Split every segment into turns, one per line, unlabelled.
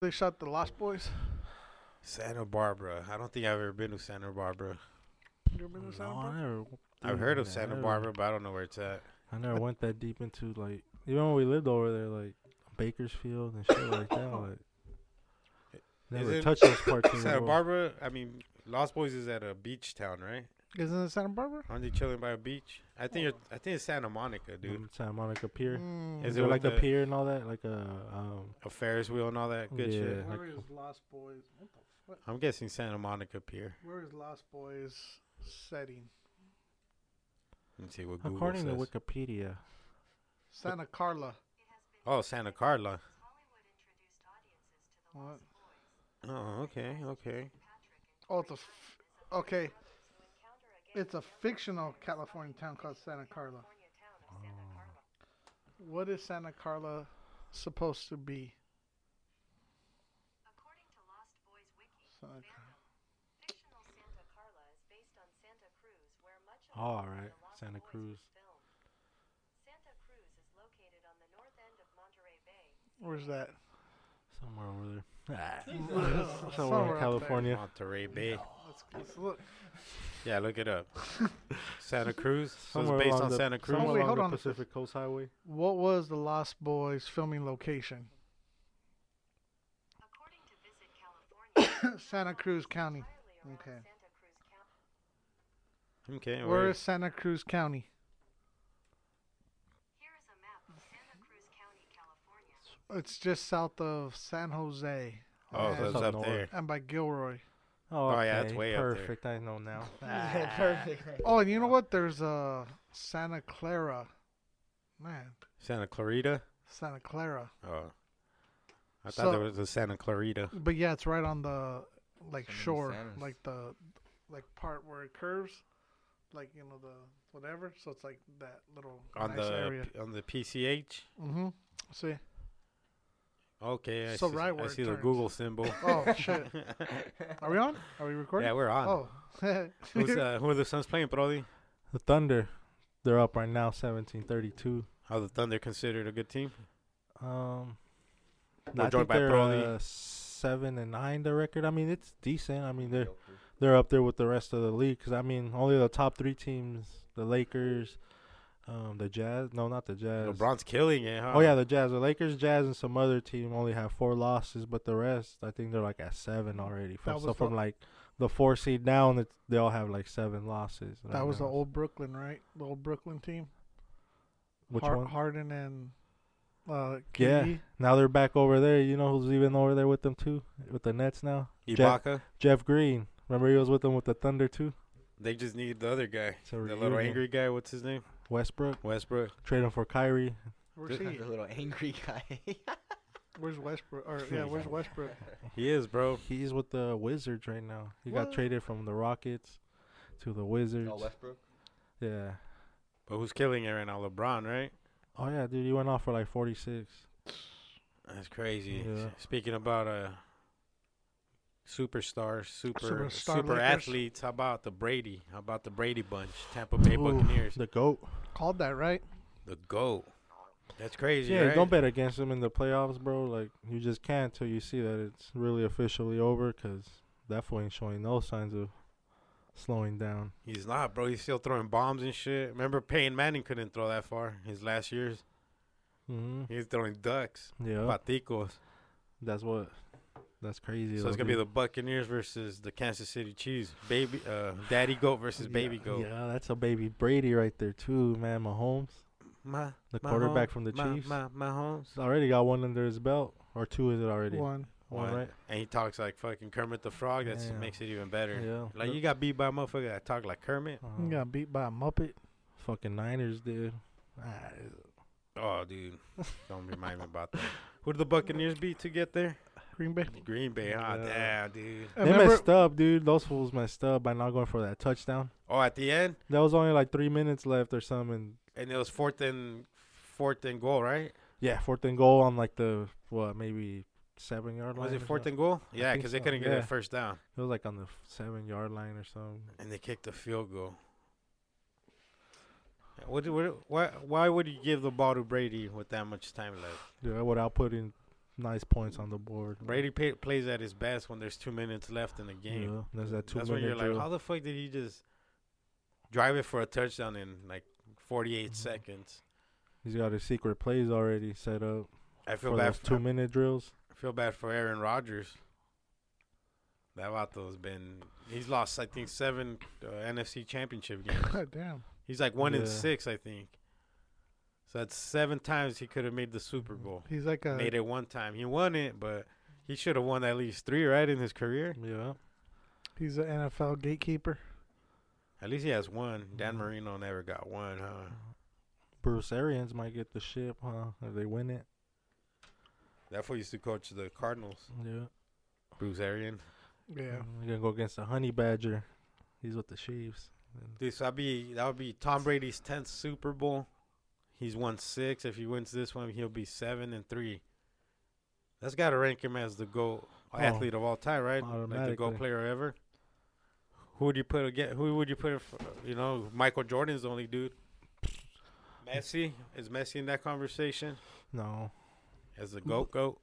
They shot the Lost Boys.
Santa Barbara. I don't think I've ever been to Santa Barbara.
You ever been to Santa
No,
Barbara?
I never,
I've
dude,
heard of
I
Santa
never-
Barbara, but I don't know where it's at.
I never went that deep into like even when we lived over there, like Bakersfield and shit like that. Like never
Oh. it-
touched those parts.
Santa
anymore.
Barbara. I mean, Lost Boys is at a beach town, right?
Isn't it Santa Barbara?
Aren't they chilling by a beach? I think it- I think it's Santa Monica, dude.
Mm, Santa Monica Pier.
Mm.
Is
Is
it
there
with
like a
the-
pier and all that? Like a um,
A Ferris wheel and all that good shit.
Yeah, like-
Where is Lost Boys? What the fuck?
I'm guessing Santa Monica Pier.
Where is Lost Boys setting?
Let me see what Google
according to
says.
Wikipedia.
Santa Carla.
oh, Santa Carla.
What?
Oh, okay, okay.
Oh, it's a f- okay. It's a fictional California town called Santa Carla. Oh. What is Santa Carla supposed to be?
According to Lost Boys Wiki,
Santa Car-
fictional Santa Carla is based on Santa Cruz, where much of
All
the
right,
the Lost
Santa
Boys
Cruz.
was filmed. Santa Cruz is located on the north end of Monterey Bay.
Where's that?
Somewhere over there.
Jesus.
Somewhere,
Somewhere out
in
there.
California.
Monterey Bay.
Let's, let's look.
Yeah, look it up. Santa Cruz. So
Somewhere
it's based
along
on
the-
Santa Cruz.
somewhere
Oh, wait,
along
hold
the
on.
Pacific Coast Highway.
What was the Lost Boys filming location?
According to Visit California,
Santa Cruz County.
entirely
Okay.
around Santa Cruz County.
Okay,
Where
where
is Santa Cruz County?
Here is a map of Santa Cruz County, California.
It's just south of San Jose
Oh, so
Yeah.
it's up there.
and by Gilroy.
Oh,
Oh, yeah, it's
okay,
way up there.
perfect. I know now.
perfect.
Oh, and you know what? There's uh, Santa Clara. Man,
Santa Clarita.
Santa Clara.
Oh, I thought
So-
there was a Santa Clarita.
But yeah, it's right on the like
So many
shore,
Santas.
like the like part where it curves, like you know the whatever. So it's like that little
on
nice
the
area.
p- on the PCH.
Mm-hmm. See?
Okay, I
So
see,
right
I
where it
see the
turns.
Google symbol.
Oh shit. Are we on? Are we recording?
yeah, we're on.
Oh.
Who's, uh, who are the Suns playing, Brody?
The Thunder, they're up right now, seventeen thirty-two.
Are the Thunder considered a good team?
Um,
We're
I
joined
think
by
they're
Broly.
uh, seven and nine. The record. I mean, it's decent. I mean, they're they're up there with the rest of the league. Cause I mean, only the top three teams: the Lakers, um, the Jazz. No, not the Jazz.
LeBron's killing it, huh?
Oh yeah, the Jazz, the Lakers, Jazz, and some other team only have four losses, but the rest, I think they're like at seven already. From,
That
so
was
from
the-
like the four seed down, it's, they all have like seven losses.
that
right
was the
now.
old Brooklyn, right? The old Brooklyn team.
which
Har-
one?
Harden and uh,
Yeah.
KD.
Now they're back over there. You know who's even over there with them too? With the Nets now? Jeff,
Ibaka.
Jeff Green. Remember he was with them with the Thunder too?
They just need the other guy,
So
the little angry guy. What's his name?
Westbrook.
Westbrook.
Trade him for Kyrie.
Where's
The
he?
little angry guy.
Where's Westbrook? Or yeah, where's Westbrook?
He is, bro.
He's with the Wizards right now. He
What?
got traded from the Rockets to the Wizards.
oh, Westbrook.
yeah.
But who's killing it right now? LeBron, right?
Oh yeah, dude, he went off for like forty six.
That's crazy.
Yeah.
Speaking about uh, superstars, super
Superstar
super
Lakers.
athletes. How about the Brady? How about the Brady bunch? Tampa Bay Buccaneers.
The GOAT.
Called that right?
The goat. That's crazy.
Yeah,
right?
don't bet against them in the playoffs, bro. Like you just can't till you see that it's really officially over, cause that fool ain't showing no signs of slowing down.
He's not, bro. He's still throwing bombs and shit. Remember, Peyton Manning couldn't throw that far his last years.
hmm
He's throwing ducks,
Yeah,
paticos.
that's what. That's crazy.
So
though,
it's gonna be the
dude.
Buccaneers versus the Kansas City Chiefs. Baby, uh, Daddy Goat versus Baby
yeah,
Goat.
Yeah, that's a baby Brady right there too, man. Mahomes,
My,
the
my
quarterback
home,
from the
my,
Chiefs,
My, my homes.
He's already got one under his belt, or two is it already?
One.
One, right?
And he talks like fucking Kermit the Frog. That
Yeah.
makes it even better.
Yeah.
Like you got beat by a motherfucker that talk like Kermit.
Uh,
He got beat by a Muppet.
Fucking Niners, dude. Ah,
Oh, dude, don't remind me about that. Who did the Buccaneers beat to get there?
Green Bay.
Green Bay. Ah,
Yeah.
damn, dude.
I
they
remember-
messed up, dude. Those fools messed up by not going for that touchdown.
Oh, at the end,
There was only like three minutes left or something.
and it was fourth and fourth and goal, right?
Yeah, fourth and goal on like the what maybe seven yard line.
Was it
or
fourth
something.
and goal?
I
Yeah,
think
because they
so,
couldn't get a
yeah.
first down,
It was like on the f- seven yard line or something.
and they kicked a field goal. What, do- what, why, why would you give the ball to Brady with that much time left?
Dude, without putting nice points on the board.
Brady pa plays at his best when there's two minutes left in the
Yeah,
game.
there's that two
That's when
minute
you're like,
drill.
how the fuck did he just drive it for a touchdown in like 48
Mm-hmm.
seconds?
He's got his secret plays already set up
I feel
for
bad.
those
For,
two minute drills.
I feel bad for Aaron Rodgers. That Vato's been. He's lost, I think, seven uh, NFC Championship games.
God damn.
He's like one in
Yeah.
six, I think. So that's seven times he could have made the Super
Mm-hmm.
Bowl.
He's like a
Made it one time. He won it, but he should have won at least three, right, in his career.
Yeah,
he's an NFL gatekeeper.
At least he has one. Dan
Mhm.
Marino never got one, huh?
Bruce Arians might get the ship, huh? If they win it.
That's what used to coach the Cardinals.
Yeah.
Bruce Arian.
Yeah.
Mm.
We're Mm, gonna go against the Honey Badger. He's with the Chiefs.
Dude, so that'd be that would be Tom Brady's tenth Super Bowl. He's won six. If he wins this one, he'll be seven and three. That's gotta rank him as the GO athlete of all time, right? Like the GO
automatically.
player ever. Who would you put again? Who would you put? If, you know, Michael Jordan's the only dude. Messi is Messi in that conversation
No,
as the goat goat.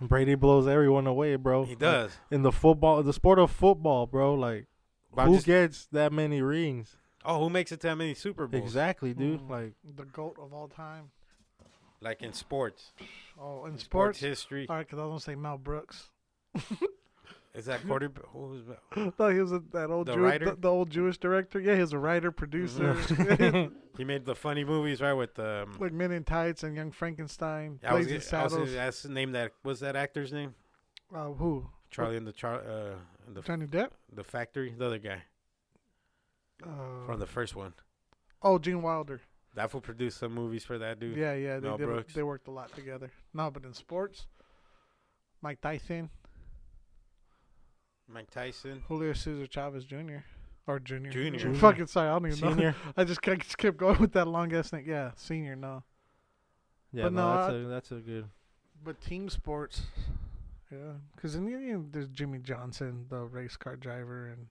Brady blows everyone away, bro.
He
Like,
does.
in the football, the sport of football, bro. Like
But I'm
who
just-
gets that many rings?
oh, who makes it to that many Super Bowls?
Exactly, dude.
Mm.
Like
The GOAT of all time.
Like in sports,
Oh,
in
in
sports,
sports?
history.
All right, because I was going to say Mel Brooks.
Is that quarterback? Who's
No, he was a, that old
The
Jew-
writer?
The, the old Jewish director. Yeah, he was a writer, producer,
He made the funny movies, right? With um,
like Men in Tights and Young Frankenstein,
I was,
Blazing
gonna- I was
Saddles.
gonna ask the name that was that actor's name?
Uh, who?
Charlie and the Char, uh, the
Johnny Depp.
the factory, the other guy
Uh,
from the first one.
oh, Gene Wilder.
That will produce some movies for that dude.
Yeah, yeah, they
Mel
did,
Brooks.
they worked a lot together. No, but in sports, Mike Tyson,
Mike Tyson.
Julio Cesar Chavez Jr. or Junior,
Junior.
Ju- Fucking sorry, I don't even know.
senior.
I just can't just kept going with that long ass thing. Yeah, senior. No,
Yeah,
But
no,
no,
that's
I-
a that's a good.
but team sports. Yeah, because in the end, there's Jimmy Johnson, the race car driver, and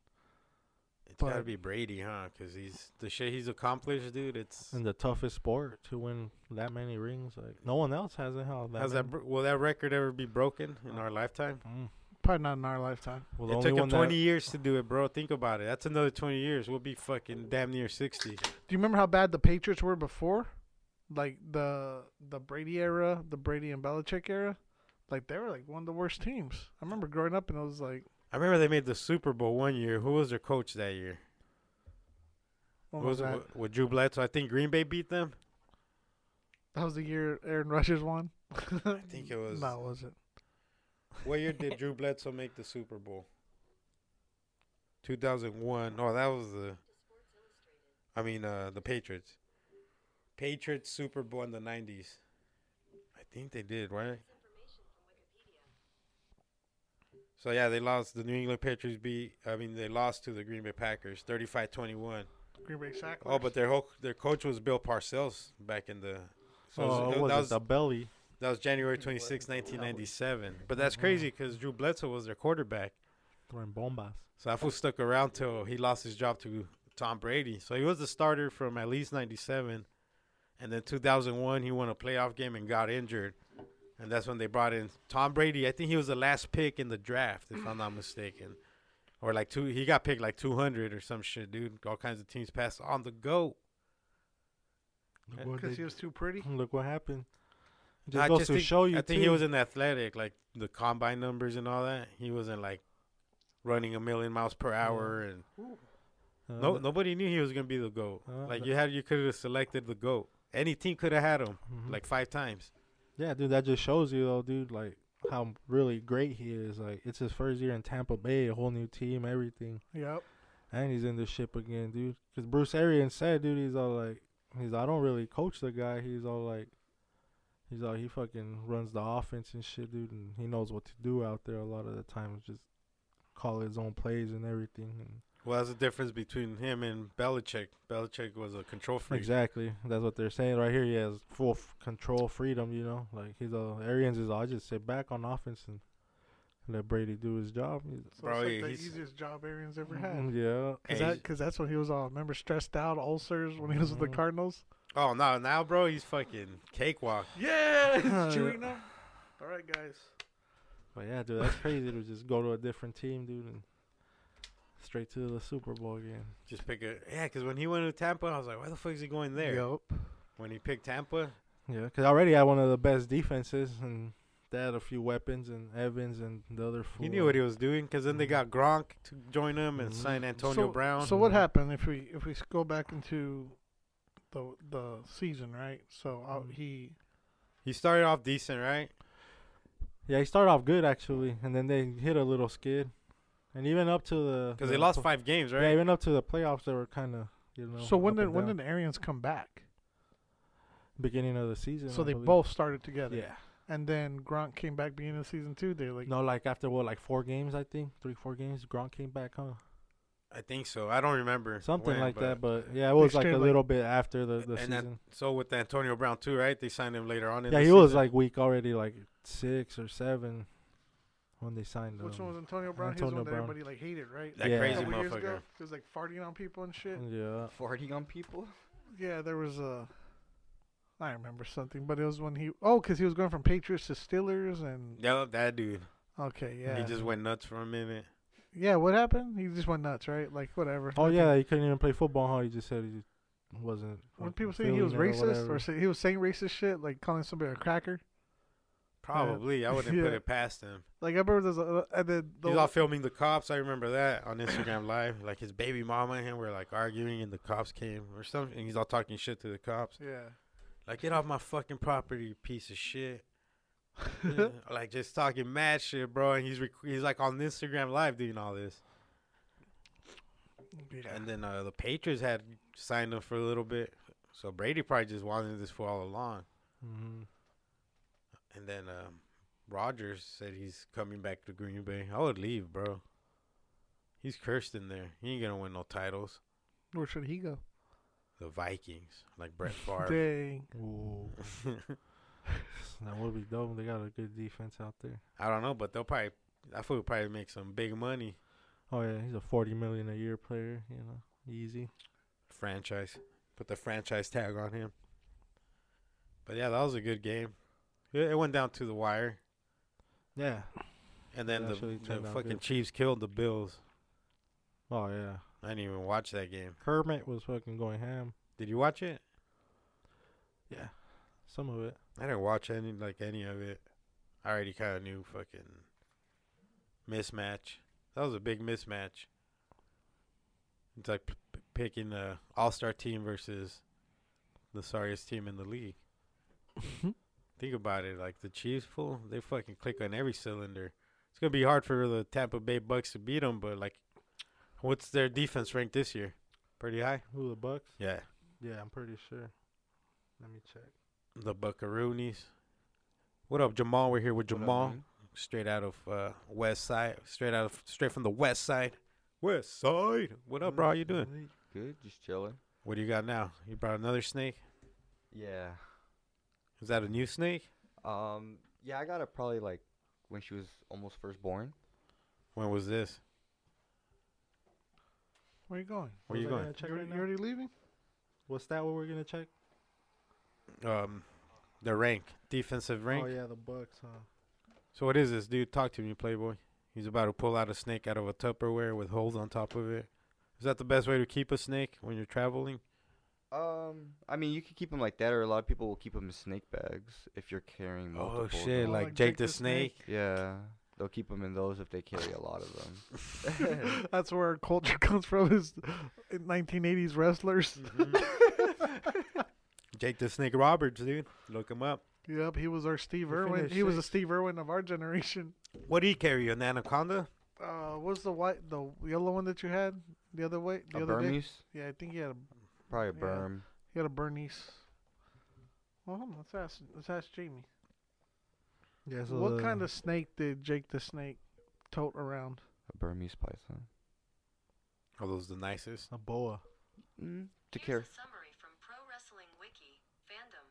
It's gotta
but-
be Brady, huh? Because he's the shit he's accomplished, dude. It's
And the toughest sport to win that many rings. Like no one else has it. How that?
how's that?
many.
br- Will that record ever be broken in our lifetime?
Mm.
probably not in our lifetime.
Well,
it took him 20 years to do it, bro. Think about it. That's another 20 years. We'll be fucking damn near 60.
Do you remember how bad the Patriots were before, like the the Brady era, the Brady and Belichick era? Like they were like one of the worst teams. I remember growing up and it was like
I remember they made the Super Bowl one year. Who was their coach that year?
what
Who
was
was
that?
with Drew Bledsoe? I think Green Bay beat them.
That was the year Aaron Rodgers won. I
think it was-
No, it wasn't.
What year did Drew Bledsoe make the Super Bowl? 2001. Oh, that was the. I mean, uh, the Patriots. Patriots Super Bowl in the 90s. I think they did, right? So, yeah, they lost. The New England Patriots beat. I mean, they lost to the Green Bay Packers 35 21.
Green Bay sack.
Oh, but their whole, their coach was Bill Parcells back in the. So it was-
Oh,
that
it was
was-
the belly.
that was Mm-hmm. January 26, 1997. But that's crazy because Drew Bledsoe was their quarterback.
Throwing bombas.
So that fool stuck around till he lost his job to Tom Brady. So he was the starter from at least 97. And then 2001, he won a playoff game and got injured. And that's when they brought in Tom Brady. I think he was the last pick in the draft, if I'm not mistaken. Or like two, he got picked like 200 or some shit, dude. All kinds of teams passed on the GOAT.
Look
And-
what
because
they-
he was too pretty.
Look what happened. It
No,
Just
I
goes
just
to
think-
show you.
I think he
too.
was in athletic, like the combine numbers and all that. He wasn't like running a million miles per hour, and
Uh,
no, nobody knew he was gonna be the goat.
Uh,
like
but-
you had, you could have selected the goat. Any team could have had him
Mhm.
like five times.
Yeah, dude, that just shows you though, dude, like how really great he is. Like it's his first year in Tampa Bay, a whole new team, everything,
Yep.
and he's in the ship again, dude. Because Bruce Arians said, dude, he's all like, he's I don't really coach the guy. He's all like, he's all he fucking runs the offense and shit, dude, and he knows what to do out there a lot of the time. Just call his own plays and everything. And
Well, that's the difference between him and Belichick. Belichick was a control freak.
Exactly. That's what they're saying right here. He has full f- control, freedom. You know, like he's a Arians is. I just sit back on offense and let Brady do his job. He's-
So
Bro,
it's like the
he's-
easiest job Arians ever had.
Mm, yeah.
Because
Hey,
that's when he was all remember stressed out ulcers when he was with the
Mhm.
Cardinals.
oh no, now bro, he's fucking cakewalk.
Yeah,
Yeah.
chewing them. All right, guys.
But yeah, dude, that's crazy to just go to a different team, dude, and straight to the Super Bowl again.
Just pick a yeah, because when he went to Tampa, I was like, why the fuck is he going there?
Yup.
When he picked Tampa,
Yeah, because already had one of the best defenses, and they had a few weapons and Evans and the other. Fool.
he knew what he was doing. Because then they got Gronk to join him and
Mhm.
sign
so,
Antonio Brown. uh,
So what happened if we if we s- go back into the the season, right? So uh,
Mhm.
he
he started off decent, right?
Yeah, he started off good actually, and then they hit a little skid, and even up to the
Because
the
they lost
pl-
five games,
Yeah,
right?
even up to the playoffs, they were kind of you know.
so when
up
did
and
when
down.
did the Arians come back?
beginning of the season?
So
I
they
believe.
both started together.
Yeah.
And then Gronk came back beginning of season two. They like
No, like after what, like four games, I think, three, four games, Gronk came back, huh?
I think so. I don't remember
Something
when,
like
but-
that, but yeah, it was like a
exchanged, like-
little bit after the, the
And that-
season.
So with Antonio Brown too, right? They signed him later on. In
yeah,
the
he was
season.
like week already, like six or seven, when they signed him.
which one was Antonio Brown? He was the
Antonio
one that
Brown.
everybody like hated, right?
that
Yeah.
A
crazy
couple years ago,
motherfucker.
he was like farting on people and shit.
Yeah.
Farting on people?
Yeah, there was a. I remember something, but it was when he oh, because he was going from Patriots to Steelers and
Yeah, that dude.
okay, yeah,
He just went nuts for a minute.
yeah. What happened? He just went nuts, right? Like whatever.
Oh
I think-
yeah, he couldn't even play football. How he just said he wasn't.
When
fucking
people say he was
feeling it
racist or
whatever.
say he was saying racist shit, like calling somebody a cracker,
Probably, I wouldn't put
Yeah.
it past him.
like I remember there's a uh, and then the,
He's all filming the cops. I remember that on Instagram Live. Like his baby mama and him were like arguing, and the cops came or something. And he's all talking shit to the cops.
yeah,
Like, get off my fucking property, you piece of shit. Yeah, like just talking mad shit, bro. And he's rec- he's like on Instagram Live doing all this.
yeah.
And then uh, the Patriots had signed him for a little bit, so Brady probably just wanted this for all along.
Mhm.
And then um, Rogers said he's coming back to Green Bay. I would leave, bro. He's cursed in there. He ain't gonna win no titles.
Where should he go?
The Vikings, like Brett Favre.
Dang,
Mm-hmm. Ooh, that would be dope. They got a good defense out there.
I don't know, but they'll probably. I feel we'll probably make some big money
Oh yeah, he's a forty million a year player. You know, easy.
franchise. Put the franchise tag on him. But yeah, that was a good game. It it went down to the wire,
Yeah.
and then
It
the,
actually
the
turned out
fucking
good.
Chiefs killed the Bills.
Oh yeah.
I didn't even watch that game.
Kermit was fucking going ham.
Did you watch it?
Yeah. Some of it.
I didn't watch any like any of it. I already kind of knew fucking mismatch. That was a big mismatch. It's like p- p- picking a all-star team versus the sorriest team in the league. Think about it, like the Chiefs, fool, they fucking click on every cylinder. It's gonna be hard for the Tampa Bay Bucks to beat them, but like, what's their defense ranked this year? Pretty high.
Who the Bucks?
Yeah,
Yeah, I'm pretty sure. Let me check.
the Buckaroonies. What up, Jamal? We're here with
What up,
Jamal.
man?
straight out of uh, West Side, straight out of straight from the West Side. West Side. What up, bro? How you doing?
Good, just chilling.
What do you got now? You brought another snake.
Yeah.
Is that a new snake?
Um. Yeah, I got it probably like when she was almost first born.
When was this?
where you going?
Where you
Was I
going?
gonna check
you
right
already, you
now?
already leaving?
What's that? What we're gonna check?
Um, the rank, defensive rank.
Oh yeah, the Bucks. Huh.
So what is this, dude? Talk to me, Playboy. He's about to pull out a snake out of a Tupperware with holes on top of it. Is that the best way to keep a snake when you're traveling?
Um. I mean, you could keep them like that, or a lot of people will keep them in snake bags if you're carrying multiple.
Oh
of them.
shit!
Oh,
Like, Jake, the, snake.
Yeah. They'll keep them in those if they carry a lot of them.
That's where our culture comes from. Is 1980s wrestlers.
Mm-hmm. Jake the Snake Roberts, dude. Look him up.
Yep, he was our Steve
We
Irwin.
finished
He was a
sixth.
Steve Irwin of our generation.
What do you carry? An anaconda?
Uh, what was the white, the yellow one that you had the other way, the
a
other day?
Burmese,
Yeah, I think he had a
probably a
Yeah.
berm.
he had a Bernese. Well, hold on, let's ask let's ask Jamie.
Yeah. So
what
the-
kind of snake did Jake the Snake tote around?
A Burmese python.
Are Oh, those the nicest?
a boa?
Mm, to
Here's
carry.
a summary from Pro Wrestling Wiki, fandom.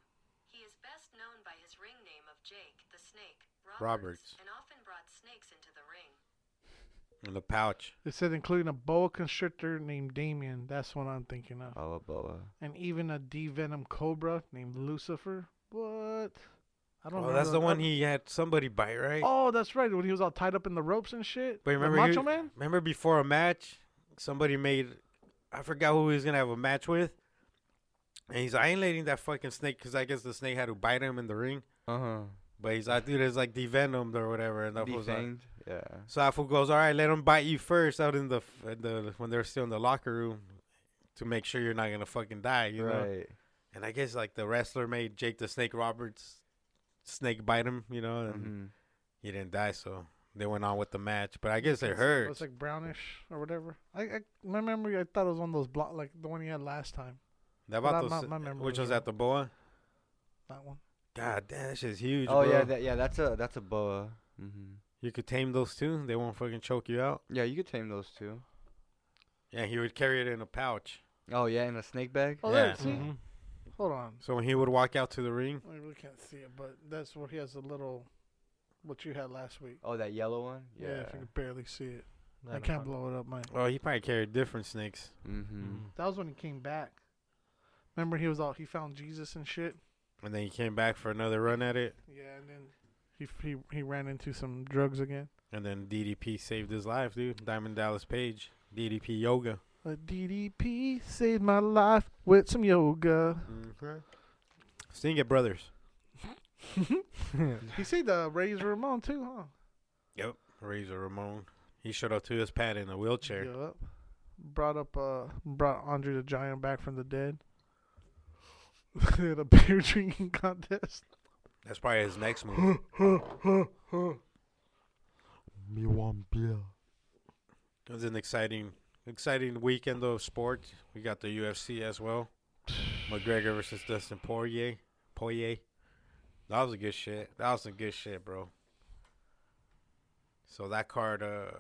He is best known by his ring name of Jake the Snake
Roberts.
Roberts, and often brought snakes into the ring.
In the pouch.
It said including a boa constrictor named Damien. That's what I'm thinking of,
Uh.
Oh, a boa.
and even a D venom cobra named Lucifer. What? I don't.
Oh,
remember
that's the one
other-
he had somebody bite, right?
Oh, that's right. When he was all tied up in the ropes and shit.
But
The
remember
Macho
you-
Man?
Remember before a match, somebody made, I forgot who he was gonna have a match with, and he's like, I ain't letting that fucking snake because I guess the snake had to bite him in the ring.
Uh huh.
But he's like, dude, it's like devenomed or whatever, and that was like,
Defanged. Yeah.
So Afro goes, all right, let them bite you first out in the, f- in the when they're still in the locker room to make sure you're not gonna fucking die, you know.
right.
And I guess like the wrestler made Jake the Snake Roberts snake bite him, you know, and
hmm
he didn't die, so they went on with the match. But I guess it
It
hurt.
was like brownish or whatever. I, I my memory, I thought it was one of those block like the one he had last time.
That
but
about
I'm
those- uh,
not- my memory
which
was
was at
wrong.
the boa.
That one.
God damn, that shit's huge.
Oh yeah,
bro.
that, yeah. That's a that's a boa. hmm
you could tame those two. They won't fucking choke you out.
Yeah, you could tame those two.
Yeah, he would carry it in a pouch.
Oh yeah, in a snake bag.
Oh,
Yeah. mm-hmm.
there. See,
hmm
hold on.
So when he would walk out to the ring,
I really can't see it, but that's where he has a little, what you had last week.
Oh, that yellow one.
Yeah,
Yeah.
if you can barely see it, I can't blow it up, man.
oh, he probably carried different snakes. Mm.
mm-hmm.
That was when he came back. Remember, he was all he found Jesus and shit.
And then he came back for another run at it,
Yeah, and then he he he ran into some drugs again.
and then DDP saved his life, dude. Diamond Dallas Page, DDP yoga.
A DDP saved my life with some yoga.
Sting it, brothers.
He saved uh, the Razor Ramon too, huh?
Yep. Razor Ramon. He showed up to his pad in a wheelchair.
Yup. Brought up uh brought Andre the Giant back from the dead. they had a beer drinking contest.
That's probably his next move.
Me want beer.
it was an exciting, exciting weekend of sports. We got the UFC as well. McGregor versus Dustin Poirier. Poirier. That was a good shit. That was some good shit, bro. So that card, uh,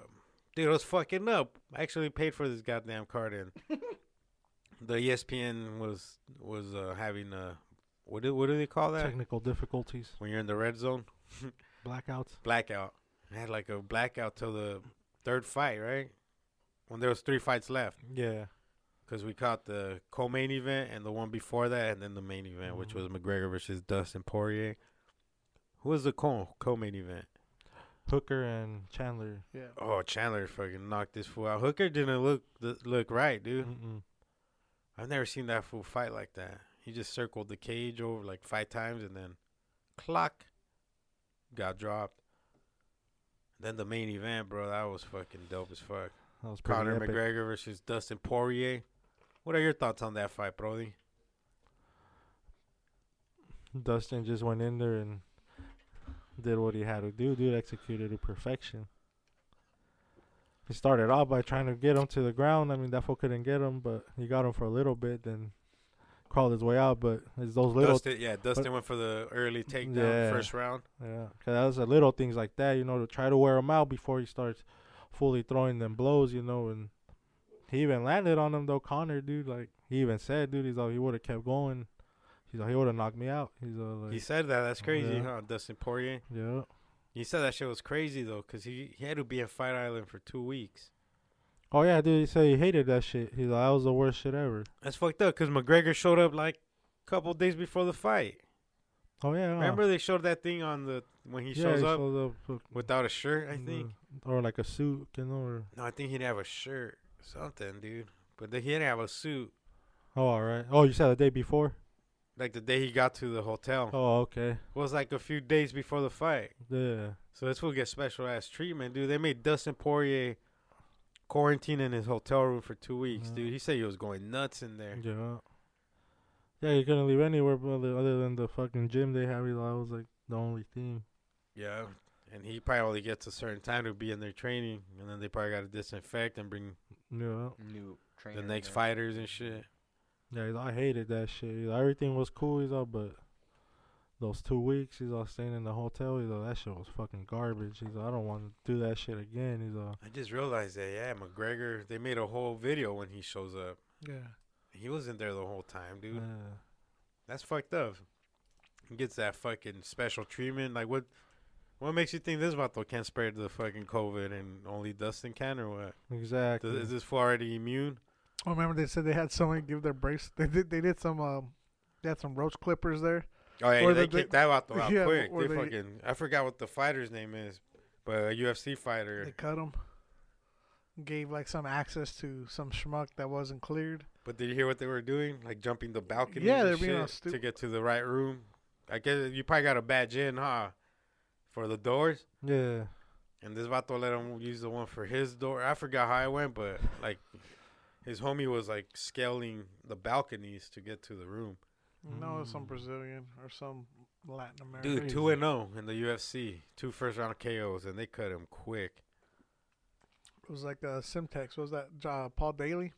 dude, it was fucking up. I actually paid for this goddamn card, and the E ESPN was was uh, having uh, what do what do they call that
Technical difficulties,
when you're in the red zone?
blackouts.
blackout. I had like a blackout till the third fight, right? When there was three fights left,
Yeah.
because we caught the co-main event and the one before that, and then the main event, which was McGregor versus Dustin Poirier. Who was the co co-main event?
Hooker and Chandler.
Yeah.
Oh, Chandler fucking knocked this fool out. Hooker didn't look th- look right, dude.
Mm-mm.
I've never seen that fool fight like that. He just circled the cage over like five times and then clock got dropped. Then the main event, bro, that was fucking dope as fuck.
That was pretty
Conor
epic.
McGregor versus Dustin Poirier. What are your thoughts on that fight, Brody?
Dustin just went in there and did what he had to do. Dude executed to perfection. He started off by trying to get him to the ground. I mean, that fool couldn't get him, but he got him for a little bit, then crawled his way out. But it's those little,
Dustin, yeah, Dustin went for the early takedown
Yeah.
first round.
yeah, cause that's the little things like that, you know, to try to wear him out before he starts fully throwing them blows, you know. And he even landed on him though, Connor, dude. Like he even said, dude, he's like, he would have kept going. He's like, he would have knocked me out. He's all like,
He said that. That's crazy,
Yeah.
huh, Dustin Poirier?
yeah.
He said that shit was crazy, though, because he, he had to be in Fight Island for two weeks.
Oh yeah, dude. He said he hated that shit. He's like, that was the worst shit ever.
That's fucked up because McGregor showed up like a couple days before the fight.
Oh yeah. huh.
Remember they showed that thing on the when he
yeah,
shows
he
up
shows up, uh,
without a shirt, I
in
think.
the- or like a suit, you know. Or,
No, I think he'd have a shirt, something, dude. But then he didn't have a suit.
oh, all right. Oh, you said the day before.
Like the day he got to the hotel
Oh, okay.
was like a few days before the fight.
Yeah.
So this will get special ass treatment, dude. They made Dustin Poirier quarantine in his hotel room for two weeks,
Yeah.
dude. He said he was going nuts in there.
Yeah. Yeah, he couldn't leave anywhere but other, other than the fucking gym they have. He like, that was like the only thing.
Yeah. And he probably only gets a certain time to be in their training, and then they probably got to disinfect and bring
Yeah.
Mm-hmm.
New trainer.
the
in
next
there.
fighters and shit.
Yeah. He's, like, I hated that shit. He's like, everything was cool. He's all but. Those two weeks, he's all staying in the hotel. He's all that shit was fucking garbage. He's all I don't want to do that shit again. He's all
I just realized that, yeah, McGregor. They made a whole video when he shows up.
Yeah.
He wasn't there the whole time, dude.
yeah.
That's fucked up. He gets that fucking special treatment. Like what? What makes you think this vato can't spread the fucking COVID and only Dustin can or what?
Exactly.
Th- Is this fool already immune?
Oh, remember they said they had someone give their brace. They did. They did some. Um, they had some roach clippers there.
Oh yeah,
Or
they,
the- they-
kicked that out the out
yeah,
quick.
or
They,
they-
fucking I forgot what the fighter's name is, but a UFC fighter.
They cut him. Gave like some access to some schmuck that wasn't cleared.
but did you hear what they were doing? Like jumping the balcony.
Yeah,
and
they're being all
shit to
stupid.
get to the right room. I guess you probably got a badge in, huh? For the doors.
Yeah.
And this vato let him use the one for his door. I forgot how it went, but like his homie was like scaling the balconies to get to the room.
No, it's some
Mm.
Brazilian or some Latin American.
Dude, two and zero in the UFC, two first round KOs, and they cut him quick.
It was like uh, Simtex. What was that uh, Paul Daly?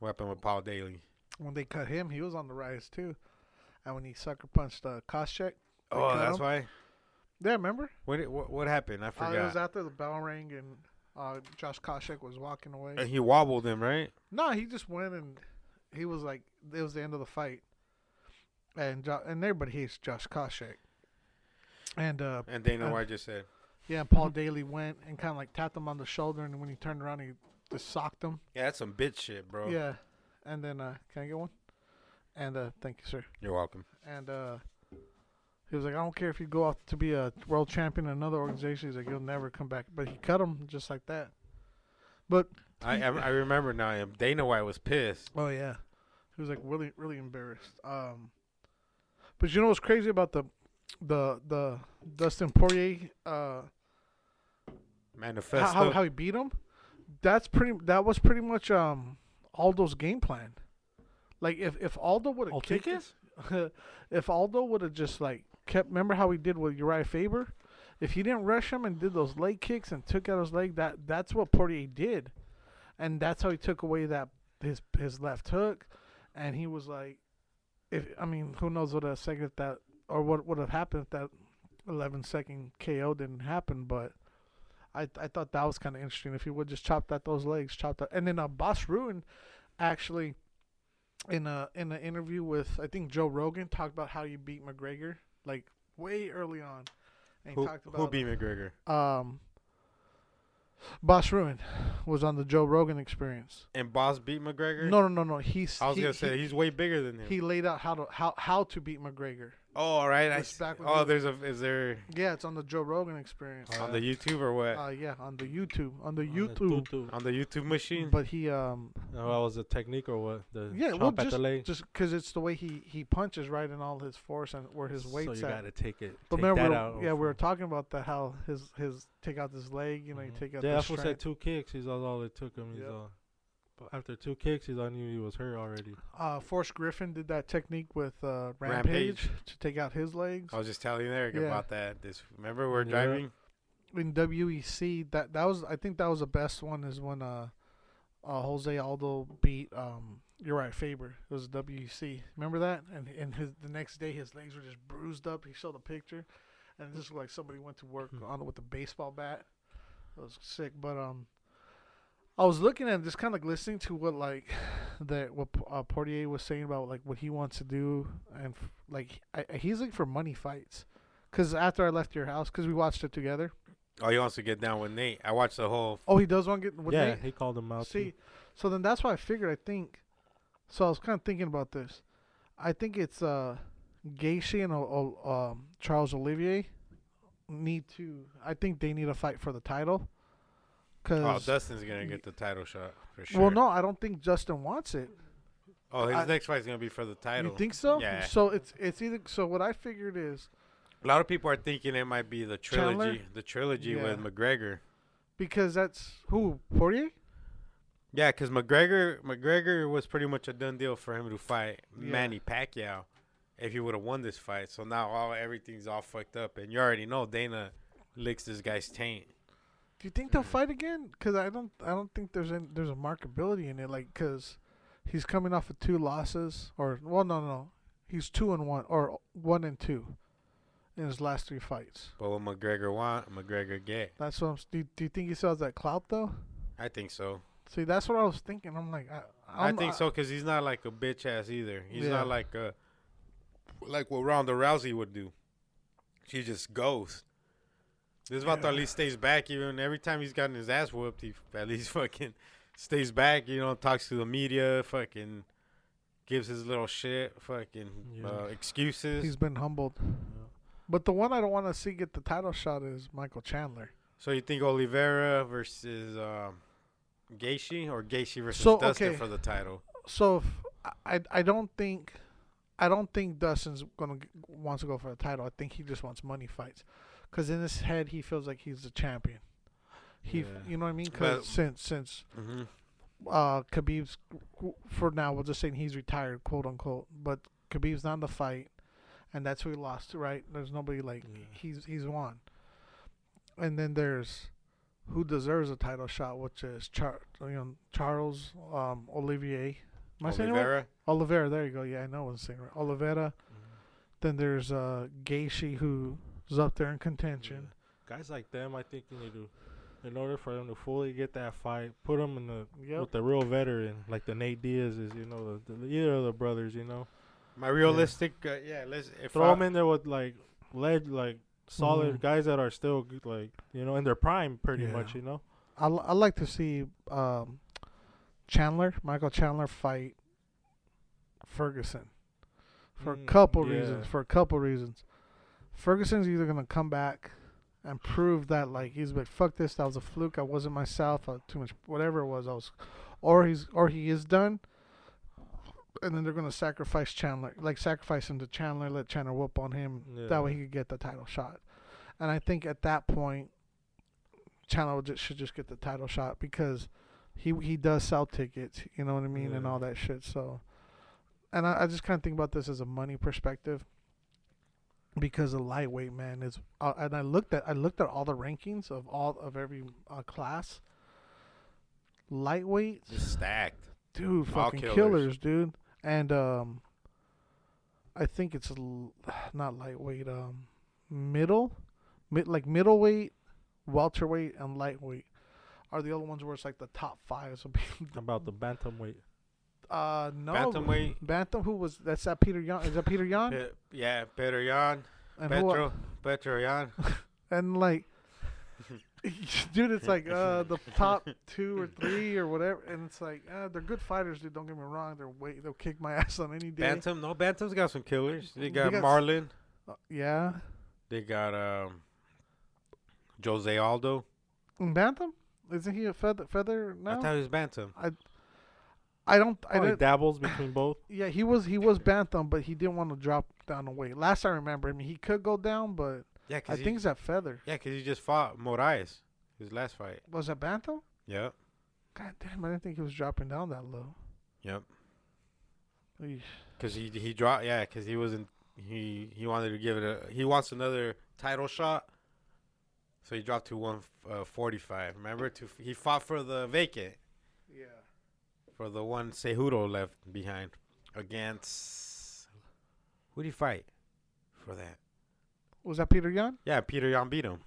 Weapon with Paul Daly.
When they cut him, he was on the rise too. And when he sucker punched uh, Koscheck, They
Oh,
cut
that's
him?
why.
yeah, remember?
What, it- what what happened? I
Uh, it was
forgot.
after the bell rang and uh, Josh Koscheck was walking away.
And he wobbled him, right?
No, he just went and he was like, it was the end of the fight, and jo- and everybody hates Josh Koscheck, and uh,
And Dana
Uh,
White just said,
yeah, and Paul Daly went and kind of like tapped him on the shoulder, and when he turned around, he just socked him.
"Yeah, that's some bitch shit, bro."
Yeah, and then uh, can I get one? And uh, thank you, sir.
You're welcome.
And uh, he was like, I don't care if you go out to be a world champion in another organization. He's like, you'll never come back. But he cut him just like that. But
I I, I remember now. um, Dana White was pissed.
Oh yeah, he was like really really embarrassed. Um, but you know what's crazy about the the the Dustin Poirier uh how,
Manifesto.
how how he beat him? That's pretty. That was pretty much um Aldo's game plan. Like if if Aldo would
Oh,
have kicked
Altikas?
his- if Aldo would have just like kept. Remember how he did with Uriah Faber? If he didn't rush him and did those leg kicks and took out his leg, that that's what Poirier did, and that's how he took away that his his left hook, and he was like, if I mean, who knows what a second if that or what would have happened if that 11 second KO didn't happen, but I I thought that was kind of interesting. If he would just chop at those legs, chopped that, and then uh, Boss Ruin actually in a in an interview with I think Joe Rogan talked about how you beat McGregor like way early on, and he
who,
talked about
who beat McGregor?
um. Boss Ruin was on the Joe Rogan Experience.
And Boss beat McGregor.
No, no, no, no. He's
I was
he,
gonna say
he,
he's way bigger than him.
he laid out how to how how to beat McGregor.
oh, all right. I
was
see.
back when
Oh,
he-
there's a. Is there
Yeah, it's on the Joe Rogan Experience.
on the YouTube or what?
Uh, yeah, on the YouTube, on the
On the
YouTube.
tutu.
on the YouTube machine.
But he, um,
Oh, that was a technique or what? The
yeah,
chop
well,
at the leg.
just just because it's the way he he punches right in all his force and where his
so
weight's
you
at.
gotta take it.
But
take
remember,
that
we were-
out.
yeah, we were talking about that how his his take out this leg, you know, you
Mhm.
take out.
Yeah,
Yeah,
that's what said two kicks. He's all, all it took him. He's
Yep.
all. But after two kicks, he's I knew he was hurt already.
Uh, Force Griffin did that technique with uh, Rampage,
Rampage.
to take out his legs.
I was just telling Eric
Yeah.
about that. This remember we're
Yeah.
driving.
in WEC, that that was I think that was the best one is when uh, uh Jose Aldo beat um Uriah Faber. It was WEC. Remember that? And and his the next day his legs were just bruised up. He showed a picture, and this was like somebody went to work
Hmm.
on it with a baseball bat. It was sick, but um, I was looking at just kind of listening to what like that what uh, Portier was saying about like what he wants to do and f- like I, I- he's looking for money fights. Cause after I left your house, cause we watched it together.
Oh, he wants to get down with Nate. I watched the whole.
Oh, he does want to get with
yeah,
Nate?
he called him out.
See,
too.
so then that's why I figured. I think. So I was kind of thinking about this. I think it's uh, Gaethje and O- O- um, Charles Olivier need to. I think they need a fight for the title.
Oh,
Cause
Dustin's gonna get the title shot for sure.
well, no, I don't think Justin wants it.
Oh, his
I-
next fight's gonna be for the title.
You think so?
Yeah.
So it's it's either. So what I figured is
A lot of people are thinking it might be the trilogy,
Chandler?
the trilogy
Yeah.
with McGregor.
because that's who Poirier.
Yeah, because McGregor, McGregor was pretty much a done deal for him to fight
Yeah.
Manny Pacquiao if he would have won this fight. So now all everything's all fucked up, and you already know Dana licks this guy's taint.
Do you think they'll fight again? Because I don't, I don't think there's any, there's a markability in it. Like, cause he's coming off of two losses, or well, no, no, no. he's two and one, or one and two, in his last three fights.
But what McGregor want, McGregor get.
That's what I'm. s- Do, do you think he sells that clout though?
I think so.
See, that's what I was thinking. I'm like, I,
i
I'm- uh,
think so because he's not like a bitch ass either. He's
Yeah.
not like a like what Ronda Rousey would do. She just goes. This vato
Yeah.
at least stays back. Even every time he's gotten his ass whooped, he at least fucking stays back. You know, talks to the media, fucking gives his little shit, fucking
Yeah.
uh, excuses.
He's been humbled. But the one I don't want to see get the title shot is Michael Chandler.
so you think Oliveira versus um, Gaethje or Gaethje versus
So,
Dustin
okay.
for the title?
So if I I don't think I don't think Dustin's gonna g- wants to go for the title. I think he just wants money fights, because in his head he feels like he's the champion. He, f
Yeah.
you know what I mean? 'Cause
But-
since since
Mm-hmm.
uh, Khabib's for now we're just saying he's retired, quote unquote. But Khabib's not in the fight, and that's who he lost. to, Right? There's nobody like
Yeah.
he's he's won. And then there's who deserves a title shot, which is Char- you know, Charles um, Olivier. Am I saying it right?
Oliveira.
Oliveira, there you go. Yeah, I know what's saying right. Oliveira. Then there's uh, Gaethje, who's up there in contention.
Guys like them, I think you need to, in order for them to fully get that fight, put them in the
Yep.
with the real veteran, like the Nate Diaz's, you know, the, the, either of the brothers, you know,
My realistic, yeah. Uh, yeah let's if
throw
I- Mm-hmm.
them in there with like lead, like solid
Mhm.
guys that are still good, like you know in their prime, pretty
Yeah.
much, you know.
I l- I like to see um, Chandler, Michael Chandler fight Ferguson for a
Mm,
couple
yeah.
reasons. For a couple reasons, Ferguson's either gonna come back and prove that like he's like fuck this, that was a fluke, I wasn't myself, I was too much whatever it was, I was, or he's or he is done. And then they're gonna sacrifice Chandler, like sacrifice him to Chandler, let Chandler whoop on him.
Yeah.
That way he could get the title shot. And I think at that point, Chandler would just, should just get the title shot because he he does sell tickets, you know what I mean, and
Yeah.
all that shit. So, and I, I just kind of think about this as a money perspective because the lightweight man is. Uh, and I looked at I looked at all the rankings of all of every uh, class. Lightweight,
Just stacked.
dude,
All
fucking
killers.
killers. dude. And um, I think it's l- not lightweight, um, middle, mid like middleweight, welterweight, and lightweight are the other ones where it's like the top five. So,
About the bantamweight,
uh, no,
Bantamweight.
Bantam. Who was that's that Peter Young? Is that Peter Young?
Pe- yeah, Petro Yan.
and who- uh,
Petro. Petro Yan.
and like. dude, it's like uh, the top two or three or whatever, and it's like uh, they're good fighters, dude. Don't get me wrong; they're way they'll kick my ass on any day.
Bantam. No, Bantam's got some killers. They got,
got s-
Marlon.
Uh, yeah,
They got um, Jose Aldo.
Mm, Bantam? Isn't he a feather? Feather
I
now?
thought he was Bantam.
I, I don't. I
Probably
didn't,
dabbles between both.
yeah, he was he was bantam, but he didn't want to drop down the weight. Last I remember, I mean, he could go down, but
Yeah,
I
cause he,
think it's that feather.
yeah, 'cause he just fought Moraes, his last fight.
Was that bantam?
Yep,
God damn, I didn't think he was dropping down that low.
yep.
Eesh.
Cause he he dropped. Yeah, cause he wasn't. He he wanted to give it a. He wants another title shot. So he dropped to one uh, forty five. Remember, to he fought for the vacant
Yeah.
for the one Cejudo left behind against. Who did he fight for that?
Was that Peter Yan?
Yeah, Peter Yan beat him.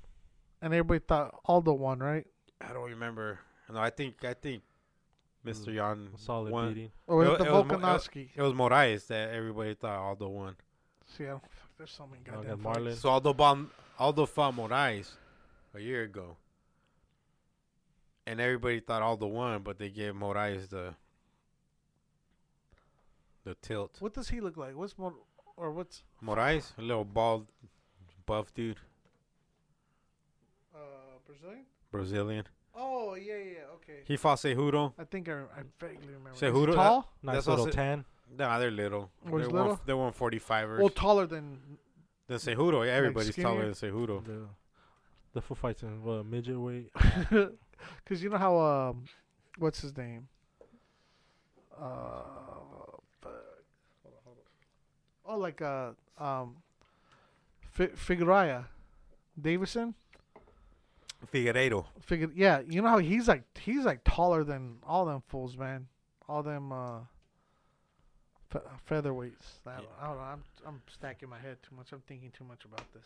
And everybody thought Aldo won, right?
I don't remember. No, I think I think Mr. Yan
Mm, A solid
won.
beating.
Or was
It
it the
wa- it was mo- it-
Volkanovski?
It was Moraes that everybody thought Aldo won.
See, I don't, fuck, there's so many
Oh, I
goddamn
got
fights.
Marlon.
So Aldo bomb Aldo fought Moraes a year ago, and everybody thought Aldo won, but they gave Moraes the the tilt.
What does he look like? What's more, or what's
Moraes, a little bald, buff dude,
uh, Brazilian?
Brazilian.
Oh yeah, yeah, yeah, okay.
He fought Cejudo.
I think I, I vaguely remember.
Say
He's
who do-
tall?
Nice
That's
little
also-
tan.
Nah, they're little.
Oh, he's
they're one,
little?
they're one forty fivers.
Well, taller than
than Cejudo. Yeah, everybody's taller
skinnier?
than Cejudo.
The, the foot fights in what, midget weight.
because you know how um, what's his name? Uh, fuck. oh, like uh, um, Fi Figueroa, Davison.
Figueiredo.
Figure, yeah, you know how he's like he's like taller than all them fools, man. All them uh, fe- featherweights. I don't, I don't know. I'm I'm stacking my head too much. I'm thinking too much about this.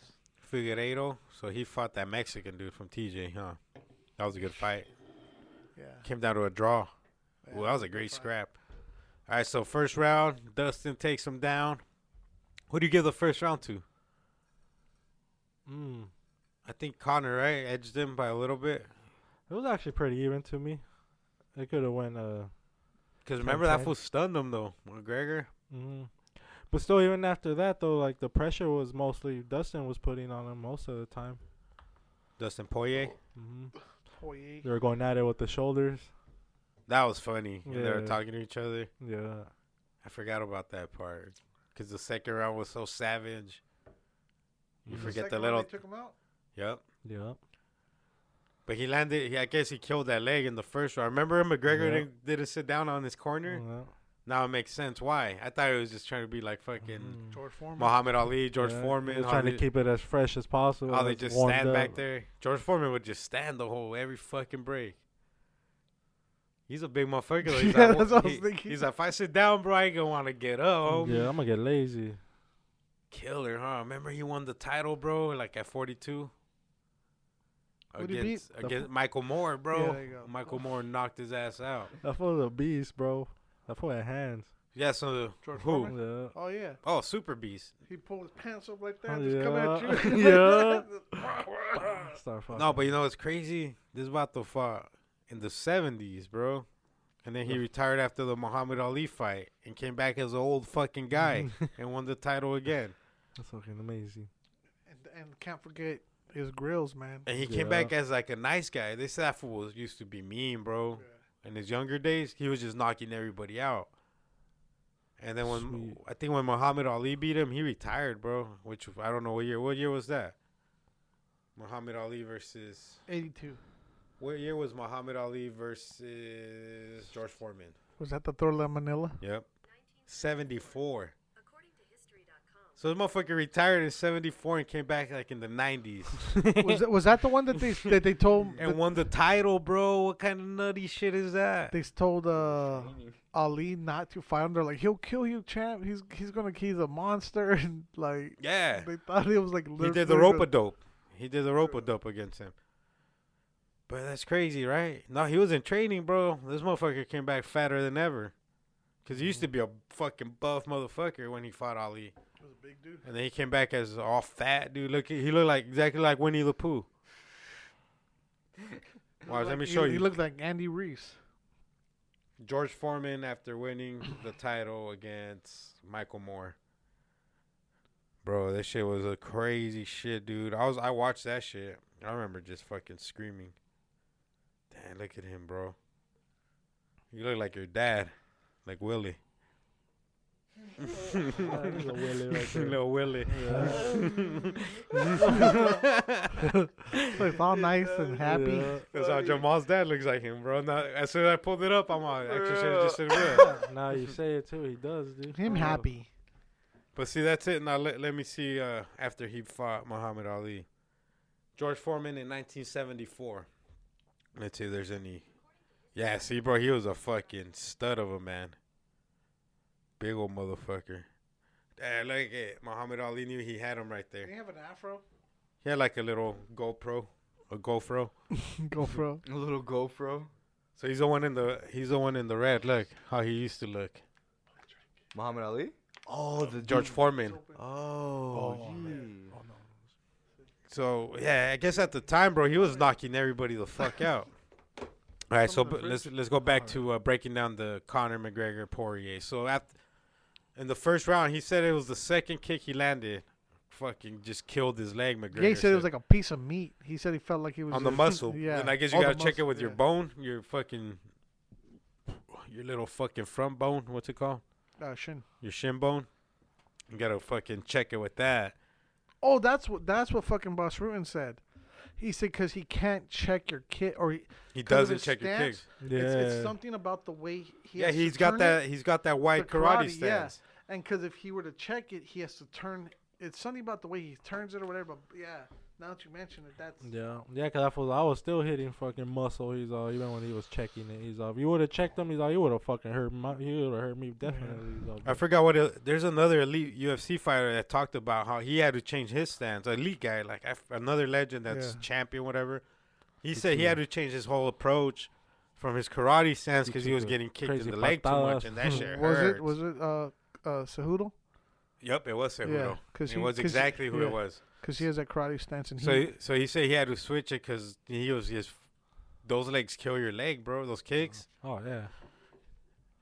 Figueiredo. So he fought that Mexican dude from TJ, huh? That was a good fight.
Yeah.
Came down to a draw.
yeah,
Well, that was a great
fine.
scrap. All right, so first round, Dustin takes him down. Who do you give the first round to?
Mm.
I think Connor, right? Edged him by a little bit.
It was actually pretty even to me. It could have went uh
Because remember that
Kane.
fool stunned him though, McGregor.
hmm But still, even after that though, like the pressure was mostly Dustin was putting on him most of the time.
Dustin Poirier.
hmm
Poirier.
They were going at it with the shoulders.
That was funny. when They were
Yeah.
talking to each other.
Yeah.
I forgot about that part. Because the second round was so savage. You
Mhm.
forget the
Second round
little.
they took him out.
Yep.
Yeah.
But he landed. He, I guess he killed that leg in the first round. Remember McGregor
Yeah.
didn't, didn't sit down on his corner.
yeah.
Now it makes sense why. I thought he was just trying to be like fucking
Mhm.
George Foreman.
Muhammad Ali, George
Yeah,
Foreman.
they're
how
trying to
they-
keep it as fresh as possible.
how they
as
just
warmed
stand back
up.
there. George Foreman would just stand the whole every fucking break. He's a big motherfucker. though. He's
Yeah,
like,
that's what I was
he-
thinking.
He's like, if I sit down, bro, I ain't gonna want to get up. homie."
Yeah, I'm gonna get lazy.
Killer, huh? Remember he won the title, bro, like at 42?
Who'd he
against
beat? The
against Michael Moore,
Yeah,
bro.
there you go.
Michael Moore knocked his ass out.
That fool's a beast, bro. That fool had hands.
Yeah, so
George
who?
Foreman?
Yeah.
Oh yeah,
Oh, Super Beast.
he pulled his pants up like that.
Oh,
and just come at you.
yeah. Start fucking.
No, but you know what's crazy? This vato fought in the 70s, bro. And then he retired after the Muhammad Ali fight and came back as an old fucking guy and won the title again.
That's fucking amazing.
and, and can't forget his grills, man.
And he came
Yeah.
back as like a nice guy. This that fool was, used to be mean, bro. In his younger days, he was just knocking everybody out. And then when
Sweet.
I think when Muhammad Ali beat him, he retired, bro. Which I don't know what year. What year was that? Muhammad Ali versus
Eighty-two.
what year was Muhammad Ali versus George Foreman?
Was that the Thorla Manila?
Yep, seventy four.
According to History.com,
So this motherfucker retired in seventy four and came back like in the nineties
was that, was that the one that they that they told
and
that
won the title, bro. What kind of nutty shit is that?
they told uh, Ali not to fight him? They're like, he'll kill you, champ. He's he's gonna he's a monster, and like
Yeah,
they thought he was like
He did the
literally
rope a dope. He did the rope a dope against him. But that's crazy, right? No, he was in training, bro. This motherfucker came back fatter than ever. Cause he used
Mm-hmm.
to be a fucking buff motherfucker when he fought Ali,
He was a big dude.
and then he came back as all fat dude. Look, he looked like exactly like Winnie the Pooh. Watch, let
Like,
me
he-
show
He
you.
looked like Andy Reese.
George Foreman after winning the title against Michael Moore. Bro, this shit was a crazy shit, dude. I was I watched that shit. I remember just fucking screaming. Damn, look at him, bro. You look like your dad, like Willie.
he's a Willie right there.
Little Willie.
Like all nice and happy.
That's how Jamal's dad looks like him, bro. Now, as soon as I pulled it up, I'm on. Actually, should have just said Will.
now you say it too. He does, dude.
Him
Oh.
For real.
happy.
But see, that's it. Now let, let me see uh, after he fought Muhammad Ali. George Foreman in 1974. Let's see if there's any. Yeah, see, bro, he was a fucking stud of a man. Big old motherfucker. Eh, look at Muhammad Ali knew he had him right there.
have an afro?
He had like a little GoPro, a GoPro.
Go for
A little GoPro.
So he's the one in the he's the one in the red. Look how he used to look.
Muhammad Ali. Oh, the
George Foreman.
Oh, oh yeah.
So yeah, I guess at the time, bro, he was knocking everybody the fuck out. All right, so
Some of
but
the
let's let's go back to uh, breaking down the Conor McGregor Poirier. So after in the first round, he said it was the second kick he landed, fucking just killed his leg. McGregor.
it. Yeah, he said it was like a piece of meat. He said he felt like he was
on the
just-
muscle.
Yeah,
and I guess you
all the
gotta check it
muscle,
with your
yeah.
bone, your fucking, your little fucking front bone. What's it called?
Uh, shin.
Your shin bone. You gotta fucking check it with that.
Oh, that's what that's what fucking Boss Rutan said. He said because he can't check your kick or he,
He
'cause of
doesn't
his
check your
stance,
kicks.
Yeah.
It's, it's something about the way he
yeah,
has to
he's got
turn
that.
it,
He's got that white
the
karate,
yeah.
stance.
And because if he were to check it, he has to turn. It's something about the way he turns it or whatever. But yeah, now that you mention it, that's
Yeah, yeah, cause I was I was still hitting fucking muscle. He's all even when he was checking it. He's all. If you would have checked him, he's all. You would have fucking hurt. My, you would have hurt me definitely. He's all.
I forgot what. It, there's another elite UFC fighter that talked about how he had to change his stance. Elite guy, like I f- another legend that's
Yeah.
champion, whatever. He said he
too.
had to change his whole approach from his karate stance
He
because he
took
was
a
getting kicked in
crazy
the leg too much,
patadas.
and that shit
Hmm. was
hurt.
it. Was it uh uh Cejudo?
Yep, it was Cejudo.
Yeah, 'cause
it
he-
was
'cause he-
exactly who
yeah.
it was.
Because he has that karate stance and he.
So, he, so he said he had to switch it because he was just those legs kill your leg, bro. Those kicks.
Oh yeah.
Mm-hmm.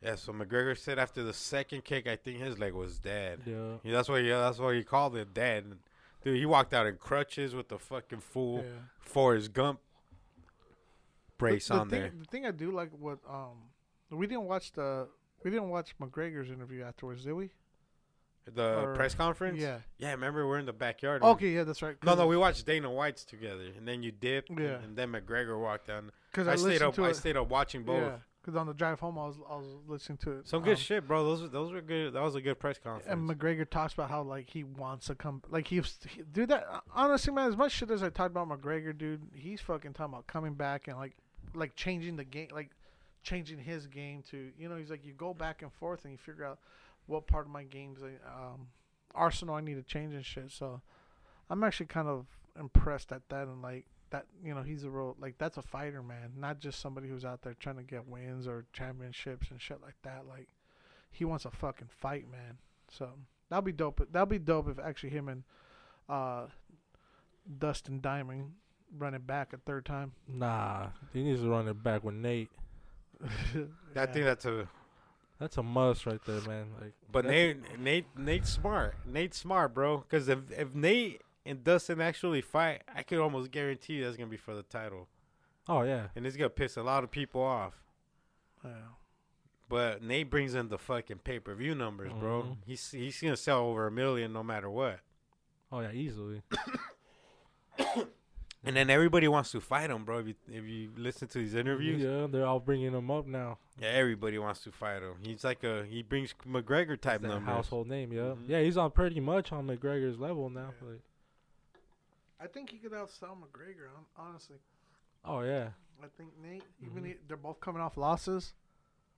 Yeah, so McGregor said after the second kick, I think his leg was dead.
Yeah.
Yeah, that's why. Yeah, that's why he called it dead. Dude, he walked out in crutches with the fucking fool
Yeah.
Forrest Gump brace
the, the
on
thing,
there.
The thing I do like what um we didn't watch the we didn't watch McGregor's interview afterwards, did we?
The
or-
press conference.
Yeah.
Yeah, remember we're in the backyard.
Okay, yeah, that's right.
No, no, we watched Dana White's together, and then you dipped.
Yeah.
And, and then McGregor walked down.
because
I, stayed up.
to
I
it.
stayed up watching both.
Yeah, because on the drive home, I was I was listening to it.
Some good
um,
shit, bro. Those those were good. That was a good press conference.
And McGregor talks about how like he wants to come, like he, was- he dude. That honestly, man, as much shit as I talked about McGregor, dude, he's fucking talking about coming back and like, like changing the game, like changing his game to you know he's like you go back and forth and you figure out what part of my game's like, um, arsenal I need to change and shit. So I'm actually kind of impressed at that and like that you know he's a real like that's a fighter man, not just somebody who's out there trying to get wins or championships and shit like that. Like he wants a fucking fight, man. So that'll be dope. That'll be dope if actually him and uh, Dustin Diamond run it back a third time.
Nah, he needs to run it back with Nate.
I think that's a.
That's a must right there, man. Like,
But
that's-
Nate, Nate, Nate's smart. Nate's smart, bro. Because if if Nate and Dustin actually fight, I could almost guarantee that's gonna be for the title,
oh yeah,
and it's gonna piss a lot of people off.
Yeah.
But Nate brings in the fucking pay per view numbers, bro.
Mhm.
He's he's gonna sell over a million no matter what.
oh yeah, easily.
And then everybody wants to fight him, bro. If you if you listen to these interviews, yeah,
Yeah, they're all bringing him up now.
everybody wants to fight him. He's like a he brings McGregor type
It's that
numbers.
household name, yeah.
Mhm.
Yeah, he's on pretty much on McGregor's level now.
Mm-hmm. Yeah.
Like,
I think he could outsell McGregor. hon- Honestly,
oh yeah,
I think Nate. Even i- they're both coming off losses.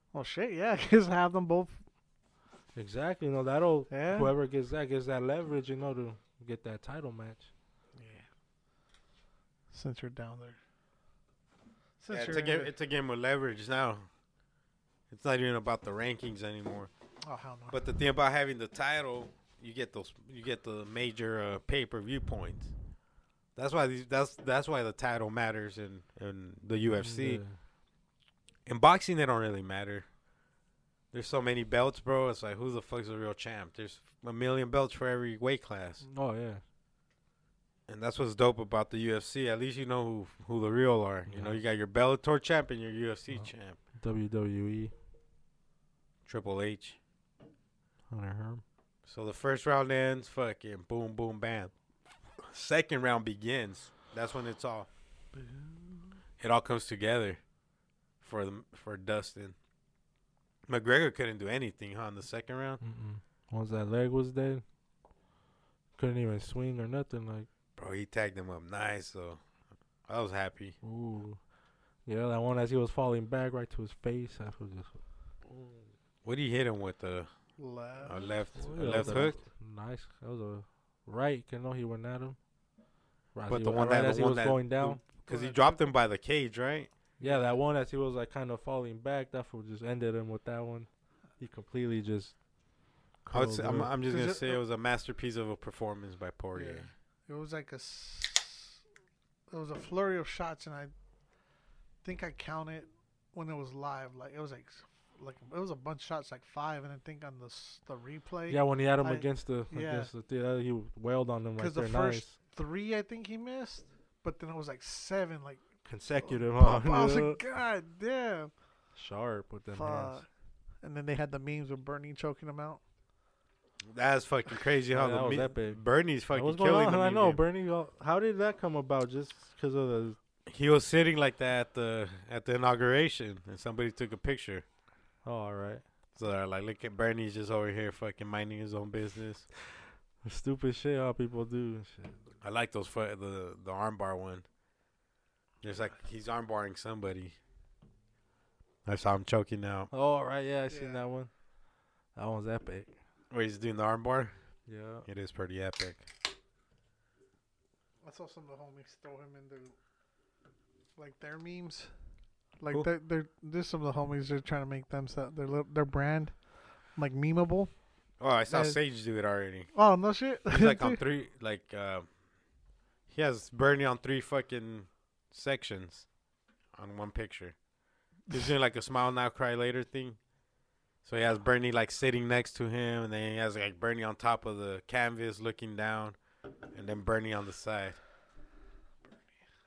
Mm-hmm. Well, shit, yeah, just have them both.
exactly. You know that'll
Yeah.
whoever gets that gets that leverage, you know, to get that title match.
Yeah. Since you're down there. Since
Yeah,
you're
it's a
in
game.
there.
It's a game with leverage now. It's not even about the rankings anymore.
oh hell no.
But the thing about having the title, you get those, you get the major uh, pay per view points. That's why these, that's that's why the title matters in in the UFC.
Yeah.
In boxing, they don't really matter. There's so many belts, bro. It's like who the fuck's the real champ? There's a million belts for every weight class,
Oh yeah,
and that's what's dope about the UFC. At least you know who who the real are. You know, you got your Bellator champ and your UFC
Wow.
champ,
WWE
Triple H.
Hunter Herm.
So the first round ends, fucking boom, boom, bam. Second round begins. That's when it's all. It all comes together for the for Dustin. McGregor couldn't do anything, huh? In the second round,
Mm-mm. Once that leg was dead, couldn't even swing or nothing. Like,
bro, he tagged him up nice. So I was happy.
ooh, yeah, that one as he was falling back right to his face. That was just
What did he hit him with? A,
Left.
a Oh, left, a
Yeah, that
left
was
hook.
Nice. That was a right. You know he went at him. Right,
But
he
the
wa-
one
right
that- the
as he
one
was
that-
going
the-
down.
Cause he dropped him by the cage, right?
Yeah, that one as he was like kind of falling back. That fool just ended him with that one. He completely just.
I would say,
curled
I'm,
it up.
I'm just
Cause
gonna
it-
say it was a masterpiece of a performance by Poirier.
Yeah. It was like a. s- It was a flurry of shots, and I think I counted when it was live. Like it was like, s- like it was a bunch of shots, like five, and I think on the s- the replay,
yeah, when he had him
I-
against the
yeah.
against the yeah, he wailed on them right
because
there.
the first
nice.
three I think he missed, but then it was like seven, like
consecutive.
pop-
huh?
I was
Yeah.
like, God damn,
sharp with them hands.
fuck. And then they had the memes with Bernie choking him out.
That's fucking crazy how
Yeah, that
the
was
me-
epic.
Bernie's
Like,
fucking
What's
killing
going on?
the
I
meme
know
game.
Bernie. uh, How did that come about? Just because of the
He was sitting like that at the at the inauguration, and somebody took a picture.
oh, all right,
So they're like, look at Bernie's just over here fucking minding his own business.
stupid shit how people do and shit.
I like those fu- the the armbar one. There's like he's armbarring somebody. I saw him choking out
Oh, all right, yeah, I seen
Yeah.
that one. That one's epic.
where he's doing the armbar.
Yeah.
It is pretty epic.
I saw some of the homies throw him into like their memes. Like
Who?
they're, they're there's some of the homies they're trying to make them so- their li- their brand like memeable.
Oh, I saw
That is-
Sage do it already.
Oh no shit!
He's like on
Dude.
three, like uh, he has Bernie on three fucking sections on one picture. He's doing like a smile now, cry later thing. So he has Bernie like sitting next to him, and then he has like Bernie on top of the canvas looking down, and then Bernie on the side.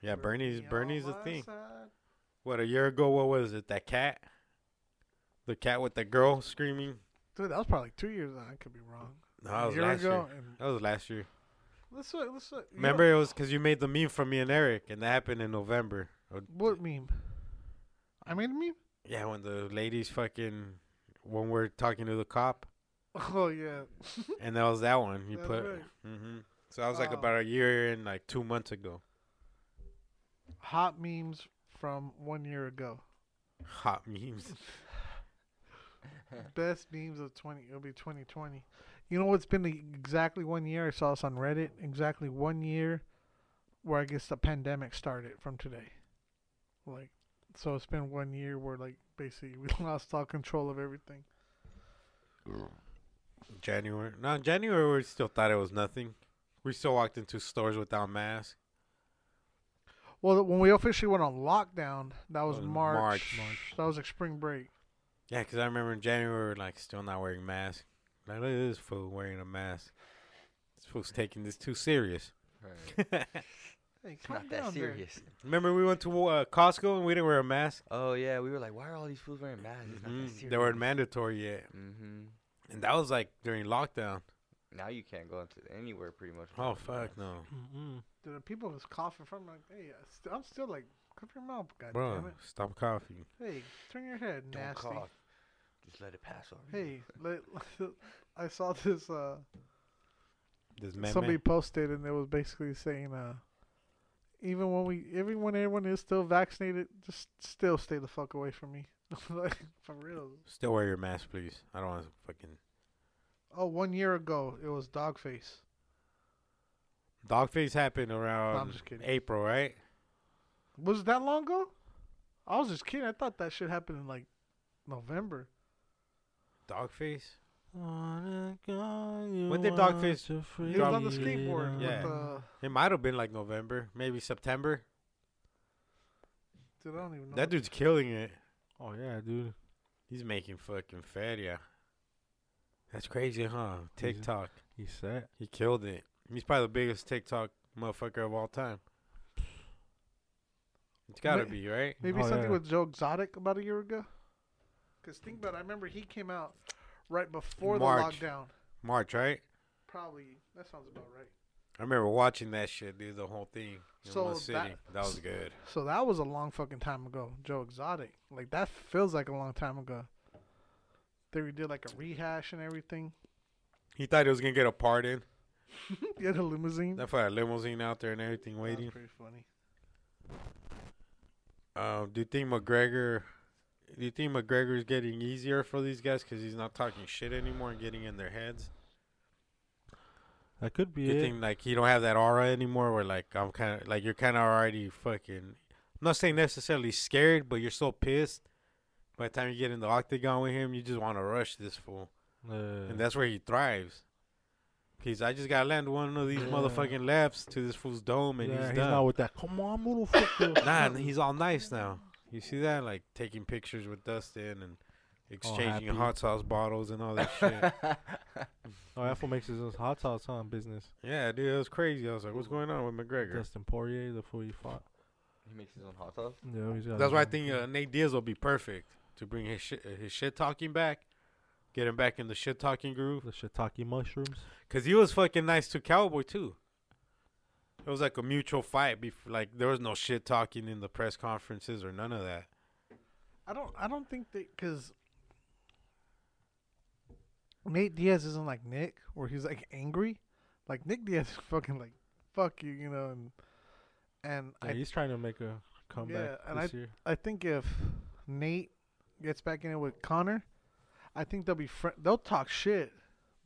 Yeah, Bernie's Bernie's a thing. What a year ago, what was it? That cat, the cat with the girl screaming.
Dude, that was probably two years. I could be wrong.
No, that
a
was
year
last year.
ago. And
That was last year.
let's look. Let's look. you know-
Remember, it was because you made the meme from me and Eric, and that happened in November. Or-
what meme? I made a meme.
Yeah, when the ladies fucking when we're talking to the cop,
Oh yeah.
and that was that one you
That's
put.
right.
hmm So I was like
Oh.
about a year and like two months ago.
Hot memes from one year ago.
Hot memes.
Best memes of twenty. It'll be twenty twenty. You know what's been the- exactly one year? I saw this on Reddit. Exactly one year, where I guess the pandemic started from today. Like, so it's been one year where like basically we lost all control of everything.
January. No, in January we still thought it was nothing. We still walked into stores without masks.
Well, when we officially went on lockdown, that was
Was
March.
March. March.
That was like spring break.
Yeah, because I remember in January we were like still not wearing masks. Like look at this fool wearing a mask. This fool's taking this too serious.
Hey,
It's
calm
not that
down there.
serious.
remember we went to uh, Costco and we didn't wear a mask.
Oh yeah, we were like, why are all these fools wearing masks? It's not
Mm-hmm.
that
Mhm.
serious.
They weren't mandatory yet,
Mm-hmm.
and that was like during lockdown.
Now you can't go into anywhere pretty much.
Oh
without a
fuck
mask.
no,
Mm-mm.
Dude, the people was coughing from like, hey, I st- I'm still like, cover your mouth, god
bro,
damn it.
stop coughing.
Hey, turn your head,
Don't
nasty.
cough. Just let it pass over.
Hey,
you.
let, I saw this. Uh,
This meme.
somebody posted and it was basically saying, uh, even when we, even when everyone is still vaccinated, just still stay the fuck away from me. like, for real.
Still wear your mask, please. I don't want to fucking
Oh, one year ago it was dog face.
dog face happened around
just kidding.
April, right?
Was it that long ago? I was just kidding. I thought that shit happened in like November.
Dog face.
Wanna go, you
When did Dogfish
want your
He was on the
freedom.
skateboard.
Yeah.
With, uh,
It might have been like November, maybe September.
dude, I don't even know.
That dude's killing it.
Oh yeah, dude.
He's making fucking feria. That's crazy, huh?
He's-
TikTok.
He set.
He killed it. He's probably the biggest TikTok motherfucker of all time. It's gotta
Ma-
be, right?
Maybe
Oh,
something
yeah.
with Joe Exotic about a year ago. Cause think about, it, I remember he came out right before
March.
the lockdown.
March, right?
Probably that sounds about right.
I remember watching that shit, dude, the whole thing in
So
one
that-
city. that was good.
So that was a long fucking time ago. Joe Exotic, like that feels like a long time ago. They did like a rehash and everything.
He thought he was gonna get a pardon.
he had a limousine. That
That's why a limousine out there and everything
was
waiting.
pretty funny.
Um, do you think McGregor? Do you think McGregor is getting easier for these guys because he's not talking shit anymore and getting in their heads?
That could
Do
be
you
it.
think like he don't have that aura anymore? Where like I'm kind of like you're kind of already fucking. I'm not saying necessarily scared, but you're so pissed. By the time you get in the octagon with him, you just want to rush this fool,
Yeah.
and that's where he thrives. Cause I just gotta land one of these
Yeah.
motherfucking laps to this fool's dome, and
yeah,
he's,
he's
done.
not with that. Come on, motherfucker.
Nah, and he's all nice now. You see that? Like taking pictures with Dustin and exchanging
happy.
hot sauce bottles and all that shit.
oh, Apple makes his own hot sauce on business.
yeah, dude, it was crazy. I was like, what's going on with McGregor?
Justin Poirier, the fool he fought.
He makes his own hot sauce.
Yeah, he's got
That's
his
why I
own
think
thing.
uh, Nate Diaz will be perfect to bring his shit, his shit talking back, get him back in the shit talking groove.
the shiitake mushrooms.
Cause he was fucking nice to Cowboy too. It was like a mutual fight. Bef- like there was no shit talking in the press conferences or none of that.
I don't. I don't think that because Nate Diaz isn't like Nick, where he's like angry. Like Nick Diaz is fucking like fuck you, you know, and and
Yeah, he's trying to make a comeback
Yeah, and
this year.
I I think if Nate gets back in it with Connor, I think they'll be fr- they'll talk shit,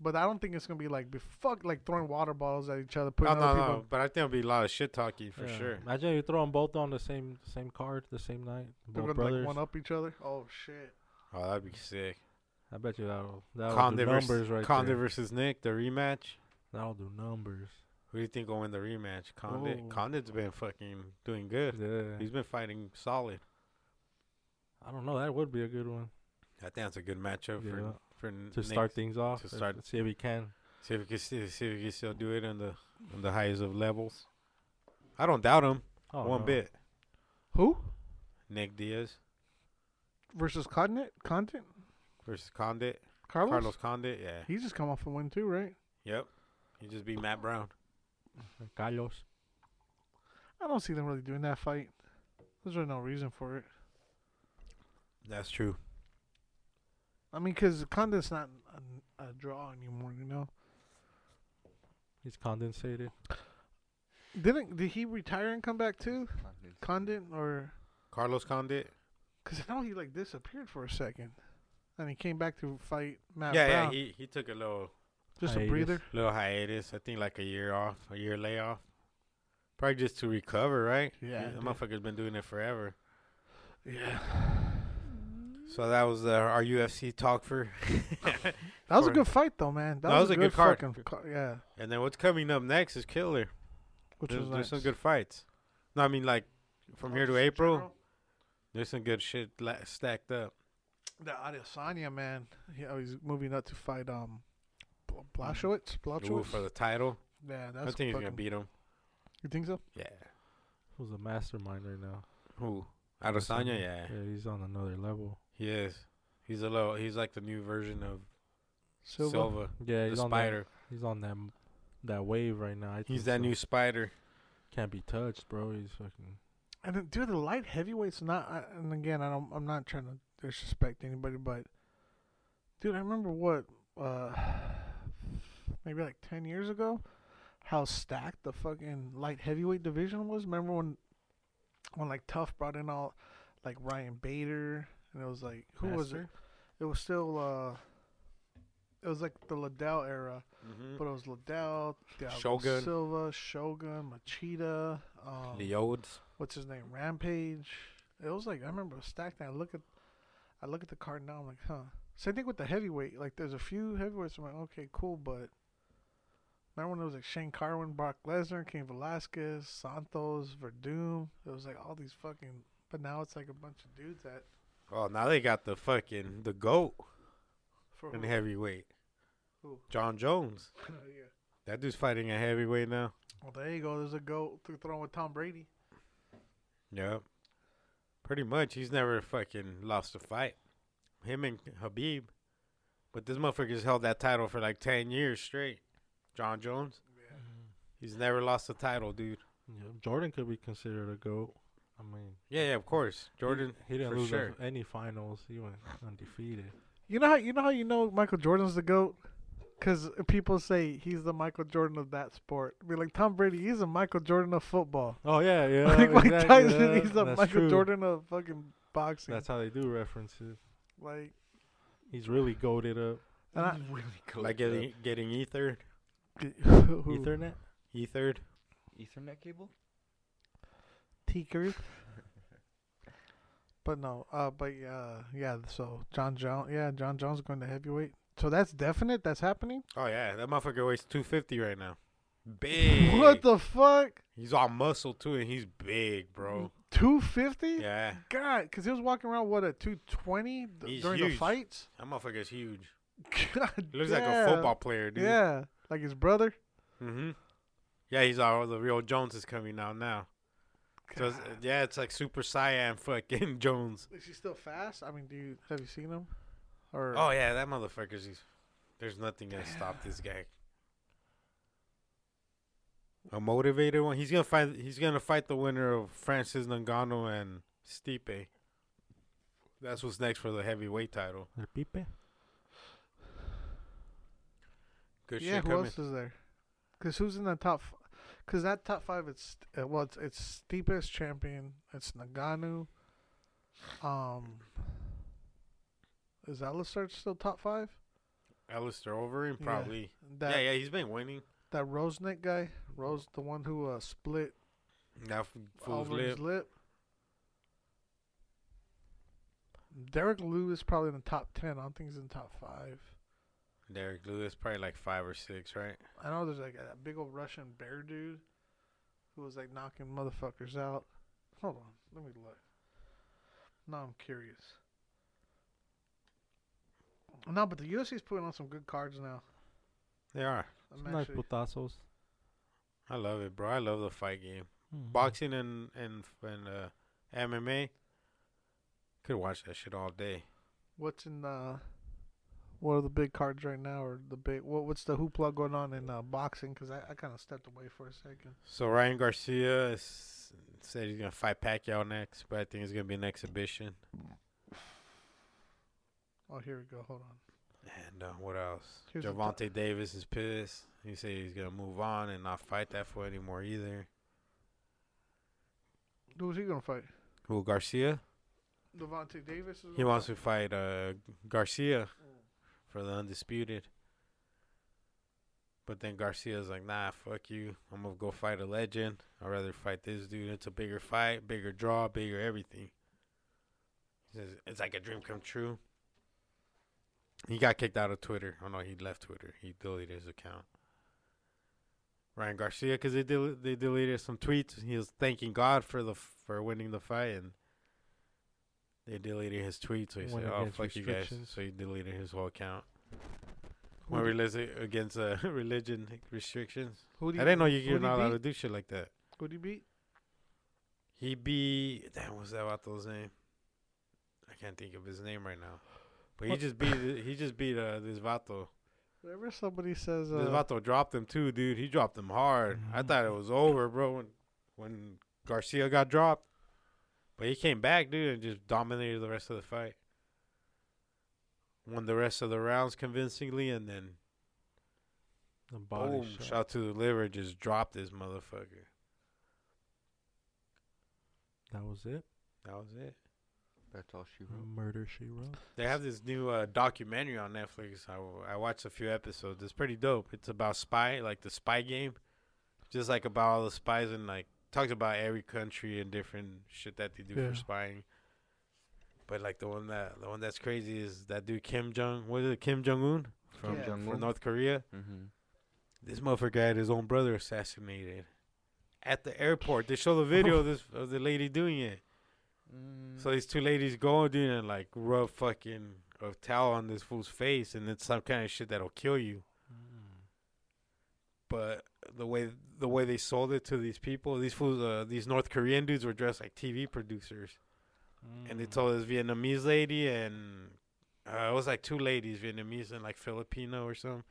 but I don't think it's gonna be like be fuck like throwing water bottles at each other,
Oh,
putting
no,
other
no,
people.
but I think it'll be a lot of shit talking for
Yeah.
sure.
Imagine you throw them both on the same same card the same night.
They're gonna
Both brothers.
like one up each other. Oh shit!
Oh, that'd be sick.
I bet you that'll that'll
Conde
do
versus,
numbers right
Conde
there.
versus Nick, the rematch.
That'll do numbers.
Who do you think will win the rematch? Conde.
Ooh.
Conde's been fucking doing good.
Oh. Yeah.
He's been fighting solid.
I don't know. That would be a good one.
I think that's a good matchup
Yeah.
for for
to
Nick.
start things off.
to
To
start-
see if he can.
See if he can still, see if he can still do it on the on the highest of levels. I don't doubt him
Oh,
one
no.
bit.
Who
Nick Diaz
versus Condit? Condit?
versus Condit,
Carlos?
Carlos Condit. Yeah.
He's just come off a win too, right?
Yep. He just beat Matt Brown.
Carlos.
I don't see them really doing that fight. There's really no reason for it.
That's true.
I mean, because Condit's not a, a draw anymore, you know.
He's condensated.
Didn't did he retire and come back too, Condit, or
Carlos Condit.
because I know he like disappeared for a second, and he came back to fight Matt
yeah,
Brown.
yeah. He he took a little
just a
hiatus.
breather.
little hiatus. I think like a year off, a year layoff. Probably just to recover, right?
Yeah,
That
dude.
motherfucker's been doing it forever.
Yeah,
So that was uh, our UFC talk for.
that was a
For-
good fight though, man. That, was, a good,
card.
fucking card. Yeah,
and then what's coming up next is Killer.
which
There's,
was
there's
nice.
some good fights. No, I mean like from here to
Just in
April,
general,
there's some good shit la- stacked up.
The Adesanya man, he, oh, he's moving up to fight um, Bl- Blachowicz.
Ooh, for
Blachowicz.
the title,
Yeah,
I
that's.
think he's gonna
fucking-
beat him.
You think so?
Yeah.
Who's a mastermind right now?
Who? Adesanya, yeah.
Yeah, he's on another level.
He is. He's a little. He's like the new version of
Silva.
Silva,
Yeah,
the
he's on
spider.
That, he's on that m- that wave right now. I think
He's that
so.
new spider.
Can't be touched, bro. He's fucking.
And then, dude, the light heavyweight's not. I- And again, I don't. I'm not trying to disrespect anybody, but dude, I remember what, uh, maybe like ten years ago, how stacked the fucking light heavyweight division was. Remember when, when like Tough brought in all, like Ryan Bader, and it was like who was it?
Master?
It was still uh, it was like the Liddell era,
Mm-hmm.
but it was Liddell, Thiago
Shogun.
Silva, Shogun, Machida, um,
Leodes.
what's his name, Rampage. It was like I remember it was stacked. And I look at, I look at the card now. I'm like, huh. Same thing with the heavyweight. Like there's a few heavyweights. I'm like, okay, cool, but. Remember when it was like Shane Carwin, Brock Lesnar, King Velasquez, Santos, Verdum? It was like all these fucking. But now it's like a bunch of dudes that.
Oh, now they got the fucking the goat
For
in
who-
heavyweight.
Who?
John Jones.
yeah.
That dude's fighting a heavyweight now.
Well, there you go. There's a goat through throwing with Tom Brady.
Yep. Pretty much, he's never fucking lost a fight. Him and Habib, but this motherfucker's held that title for like ten years straight. John Jones. He's never lost a title, dude.
Mm-hmm. Yeah, Jordan could be considered a goat. I mean,
Yeah, yeah, of course, Jordan.
he didn't
for
lose
sure.
a- any finals. He went undefeated.
You know how you know how you know Michael Jordan's the goat, because people say he's the Michael Jordan of that sport. Be like Tom Brady, he's a Michael Jordan of football.
Oh yeah, yeah.
like Mike
exactly,
Tyson,
yeah,
he's the
that's
Michael
true.
Jordan of fucking boxing.
That's how they do references.
like,
He's really goaded up.
and I,
really cool.
Like
Ethernet
getting getting ethered,
who?
Ethernet.
ethered.
cable.
Teaker. But no, uh, but uh, yeah. So John Jones, yeah, John Jones going to heavyweight. So that's definite. That's happening.
Oh yeah, that motherfucker weighs two fifty right now. Big.
What the fuck?
He's all muscle too, and he's big, bro.
Two fifty?
Yeah,
God, because he was walking around what at two twenty
He's
during the
huge.
fights.
that motherfucker's huge.
God,
He looks like a
damn.
football player, dude.
Yeah, like his brother.
hmm Yeah, he's all the real Jones is coming out now. So uh, it's,
God.
yeah, it's like Super Saiyan fucking Jones.
Is he still fast? I mean, do you have you seen him? Or
Oh yeah, that motherfucker's. He's, there's nothing gonna stop this guy. A motivated one. He's gonna fight. He's gonna fight the winner of Francis Ngannou and Stipe. That's what's next for the heavyweight title.
El Pipe.
Good
yeah,
shit
who
coming.
else is there? Because who's in the top? Because that top five, it's uh, well, it's, it's steepest champion. It's Nagano. Um, is Alistair still top five?
Alistair Overeem,
Yeah.
probably. Yeah.
That
yeah, he's been winning.
that Rosenick guy, Rose, the one who uh, split
Now f- fool's
over
lip.
his lip. Derek Lewis probably in the top ten. I don't think he's in the top five.
Derek Lewis, probably like five or six, right?
I know there's like a big old Russian bear dude who was like knocking motherfuckers out. Hold on, let me look. Now I'm curious. No, but the UFC's putting on some good cards now.
They are.
I'm
nice
actually-
putazos.
I love it, bro. I love the fight game.
Mm-hmm.
Boxing and and and uh, MMA. Could watch that shit all day.
what's in the what are the big cards right now, or the big what, what's the hoopla going on in uh, boxing? Because I, I kind of stepped away for a second.
So Ryan Garcia is, said he's gonna fight Pacquiao next, but I think it's gonna be an exhibition.
Oh, here we go. Hold on.
And uh, what else?
Here's the t-
Javante Davis is pissed. He said he's gonna move on and not fight that fool anymore either.
Who's he gonna fight?
Who Garcia?
Devontae Davis. Is
He
gonna
wants
fight?
to fight uh, Garcia for the undisputed. But then Garcia's like, nah, fuck you. I'm gonna go fight a legend. I'd rather fight this dude. It's a bigger fight, bigger draw, bigger everything. He says, It's like a dream come true. He got kicked out of Twitter. Oh no, he left Twitter. He deleted his account. Ryan Garcia, because they del- they deleted some tweets. He was thanking God for the for winning the fight, and they deleted his tweet. So he
Went
said, "Oh
against
fuck you guys!"
restrictions.
So he deleted his whole account.
Who
When
do-
religion against uh, religion restrictions.
Who
I
do
didn't know you,
who'd
you're
he
not allowed to
beat?
do shit like that.
Who do you beat?
He beat damn what's that Vato's name? I can't think of his name right now. But he
What-
just beat he just beat uh, this Vato.
Whenever somebody says,
this
uh,
Vato dropped him too, dude. He dropped him hard. I
Mm-hmm.
thought it was over, bro, when when Garcia got dropped. But he came back, dude, and just dominated the rest of the fight. Won the rest of the rounds convincingly and then
The body
Boom,
shot.
shot to the liver, just dropped this motherfucker.
That was it.
That was it.
That's all she wrote.
Mm-hmm.
Murder she wrote.
They have this new uh, documentary on Netflix. I, I watched a few episodes. It's pretty dope. It's about spy, like the spy game, just like about all the spies and like talks about every country and different shit that they do
Yeah.
for spying. But like the one that the one that's crazy is that dude Kim Jong. What is it? Kim Jong Un
From
Yeah.
Jungle.
from North Korea.
hmm
This motherfucker had his own brother assassinated at the airport. They show the video of this of the lady doing it.
Mm-hmm. Mm.
So these two ladies go and do and like rub fucking a towel on this fool's face, and it's some kind of shit that'll kill you.
Mm-hmm.
But the way the way they sold it to these people, these fools, uh, these North Korean dudes were dressed like TV producers, and
Mm-hmm.
they told this Vietnamese lady and uh, it was like two ladies, Vietnamese and like Filipino or something.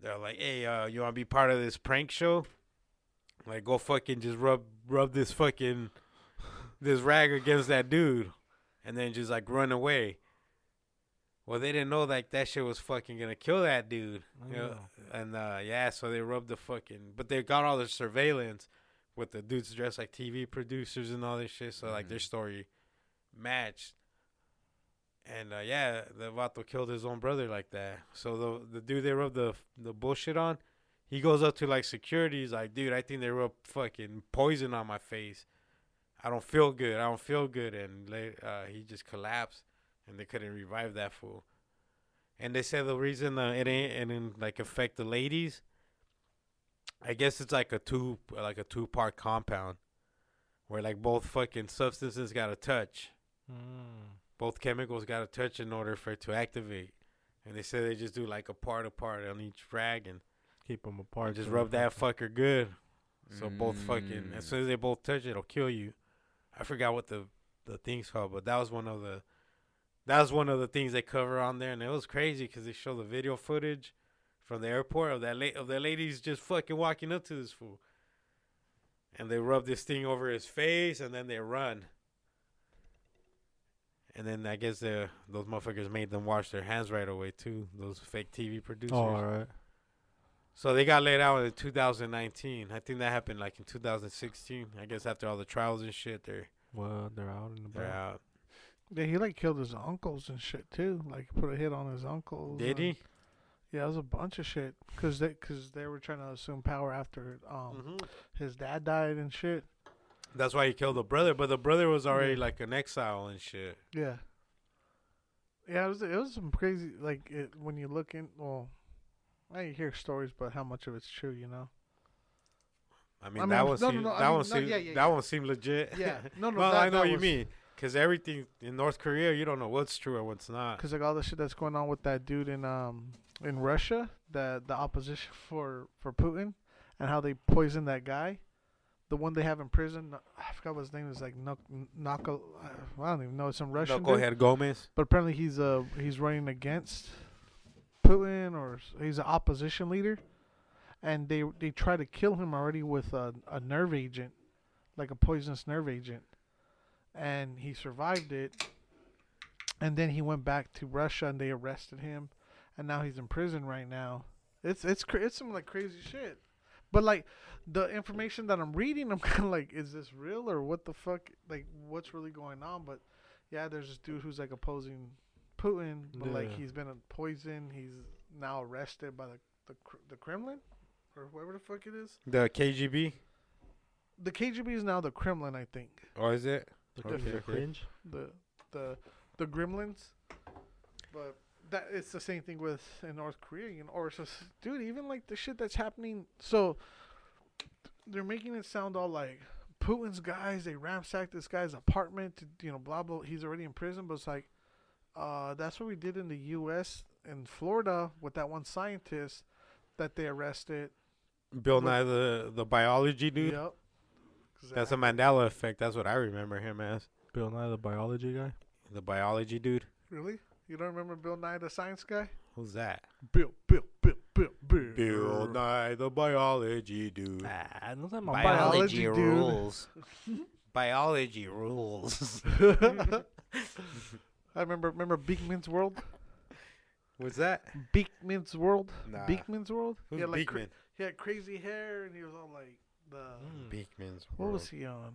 They're like, "Hey, uh, you want to be part of this prank show? Like, go fucking just rub rub this fucking this rag against that dude, and then just like run away." Well, they didn't know like that shit was fucking gonna kill that dude.
I
you know?
know.
And uh, yeah, so they rubbed the fucking, but they got all the surveillance with the dudes dressed like TV producers and all this shit. So like their
Mhm.
story matched. And uh, yeah, the Vato killed his own brother like that. So the the dude they rubbed the the bullshit on, he goes up to like security. He's like, dude, I think they rubbed fucking poison on my face. I don't feel good. I don't feel good. And la- uh, he just collapsed, and they couldn't revive that fool. And they said the reason uh, it ain't and then like affect the ladies. I guess it's like a two like a two part compound, where like both fucking substances got to touch
Mm.
both chemicals got to touch in order for it to activate. And they said they just do like a part a part on each rag and
Keep them apart.
just
so
rub
they
that
fucking-
fucker good. So both fucking as
Mm.
soon as they both touch, it'll kill you. I forgot what the the thing's called, but that was one of the that was one of the things they cover on there, and it was crazy because they show the video footage from the airport of that la- of the ladies just fucking walking up to this fool, and they rub this thing over his face, and then they run. And then I guess the those motherfuckers made them wash their hands right away too. Those fake TV producers.
Oh, all right.
So they got laid out in 2019. I think that happened like in 2016. I guess after all the trials and shit, they're
Well, they're out and
they're
about.
out.
yeah, he like killed his uncles and shit too. Like put a hit on his uncles.
Did
and-
he?
Yeah, it was a bunch of shit. Cause they, cause they were trying to assume power after um his dad died and shit.
Mm-hmm. That's why he killed the brother. But the brother was already like an exile and shit.
Yeah. Yeah, it was it was some crazy like it, when you look in. Well, I hear stories, but how much of it's true, you know?
I mean,
mean,
that one
no, no,
seemed
no, I
that
mean,
one
no,
seemed
yeah, yeah,
that
yeah.
one seemed legit.
Yeah, no, no,
well,
that-
I know
that
what you
was-
mean. Because everything in North Korea, you don't know what's true and what's not.
Because like all the shit that's going on with that dude in um in Russia, the the opposition for for Putin, and how they poisoned that guy, the one they have in prison. uh, I forgot what his name is. Like Nako, I don't even know. It's some Russian.
go
dude.
ahead, Gomez.
But apparently he's uh he's running against Putin or s- he's an opposition leader, and they they try to kill him already with a, a nerve agent, like a poisonous nerve agent, and he survived it. And then he went back to Russia and they arrested him, and now he's in prison right now. It's it's cra- it's some like crazy shit. But like the information that I'm reading, I'm kind of like, is this real or what the fuck? Like, what's really going on? But yeah, there's this dude who's like opposing Putin, but like
Yeah.
he's been poisoned. He's now arrested by the the, Kr- the Kremlin or whoever the fuck it is.
The KGB,
The KGB is now the Kremlin, I think.
or is it?
The
Okay, okay.
cringe.
The the the Gremlins, but that it's the same thing with in North Korea, you know, or so, dude, even like the shit that's happening. So they're making it sound all like Putin's guys. They ransacked this guy's apartment. To, you know, blah blah. He's already in prison, but it's like uh, that's what we did in the U.S. in Florida with that one scientist that they arrested.
Bill Nye, the the biology dude.
Yep.
That's a Mandela effect. That's what I remember him as.
Bill Nye, the biology guy.
The biology dude.
really. You don't remember Bill Nye, the science guy?
Who's that?
Bill, Bill, Bill, Bill, Bill.
Bill Nye, the biology dude.
Ah, no, that
Bio- Biology dude.
biology rules.
I remember remember Beekman's World.
What's that?
Beekman's World.
Nah.
Beekman's World.
Who's
he had like cra-
Beekman?
he had crazy hair and he was on like the
Hmm. Beekman's.
Hmm. what was
World.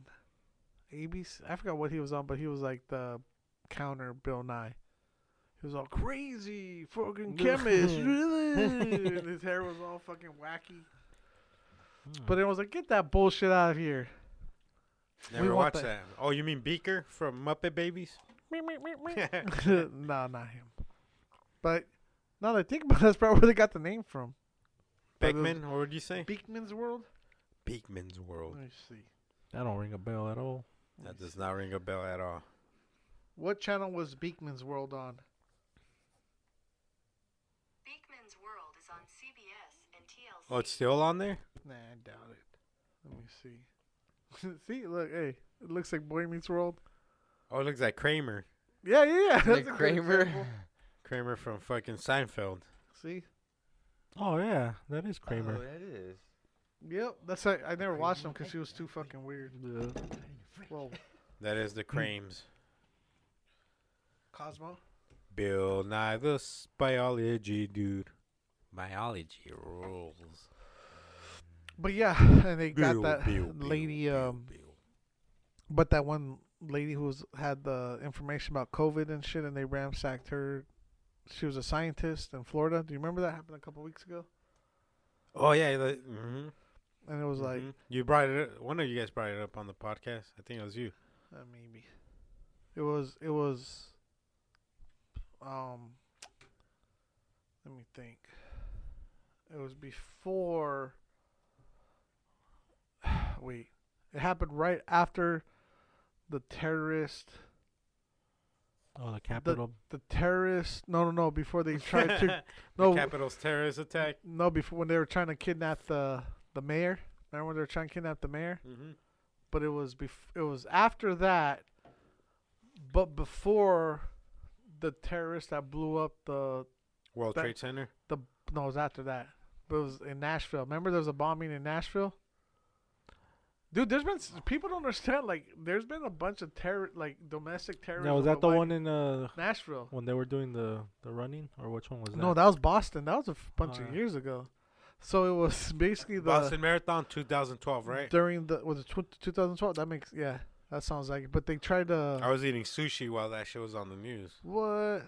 he on? ABC. I forgot what he was on, but he was like the counter Bill Nye. He was all crazy, fucking chemist. and his hair was all fucking wacky.
Hmm.
But it was like, get that bullshit out of here. we
Never
want
watched that. Oh, you mean Beaker from Muppet Babies?
no, not him. But now that I think about it, that's probably where they got the name from. But it was
Beckman, or what did you say?
Beekman's World?
Beekman's World.
Let me see.
That don't ring a bell at all.
Oh. That does not ring a bell at all.
What channel was Beekman's World on?
Beekman's World is on CBS and TLC.
Oh, it's still on there?
Nah, I doubt it. Let me see. see, look, hey, it looks like Boy Meets World.
Oh, it looks like Kramer.
Yeah, yeah, yeah.
Nick
a good
Kramer.
example.
Kramer from fucking Seinfeld.
See?
Oh yeah, that is Kramer.
Oh, that is.
Yep, that's I, I never watched him because he was too fucking weird. Well,
That is
Hmm.
the Crames.
Cosmo.
Bill Nye, the s- biology dude. Biology rules.
But yeah, and they got that lady. um,
Bill.
but that one lady who was, had the information about COVID and shit, and they ransacked her. She was a scientist in Florida. Do you remember that happened a couple weeks ago?
Oh yeah, the, mm-hmm,
And it was like,
you brought it. Up, one of you guys brought it up on the podcast. I think it was you.
Uh, maybe. It was. It was. Um. Let me think. It was before. Wait. It happened right after the terrorist.
Oh, the capital.
The terrorist. No, no, no. Before they tried to.
the
No.
Capitals terrorist attack.
No, before when they were trying to kidnap the the mayor. Remember when they were trying to kidnap the mayor?
Mm-hmm.
but it was bef- it was after that but before the terrorist that blew up the
World
That-
Trade Center.
the no it was after that but it was in Nashville remember there was a bombing in Nashville dude there's been s- people don't understand like there's been a bunch of terror like domestic terrorism
Now was that the
like,
one in uh
Nashville
when they were doing the the running or which one was that? Oh,
no that was Boston that was a f- bunch
Alright.
of years ago so it was basically the
Boston Marathon 2012, right?
during the was it tw- 2012 that makes yeah that sounds like it but they tried to
I was eating sushi while that shit was on the news
what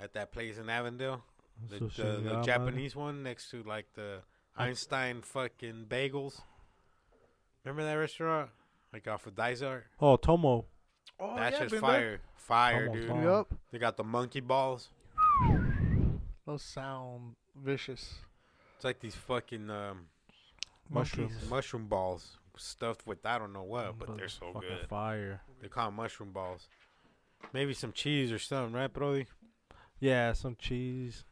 at that place in Avondale, the,
So
the,
shit, yeah,
the
man.
Japanese one next to like the Einstein fucking bagels. Remember that restaurant? Like off of Dysart?
Oh, Tomo.
Oh,
That's
yeah,
just
been there.
fire. Fire,
Almost
dude.
fire.
Yep.
They got the monkey balls.
Those sound vicious.
It's like these fucking um,
Monkeys.
Mushrooms.
mushroom balls. stuffed with I don't know what, but
Those
they're
are
so
fucking
good.
Fire.
They're called mushroom balls. Maybe some cheese or something, right, Brody?
Yeah, some cheese,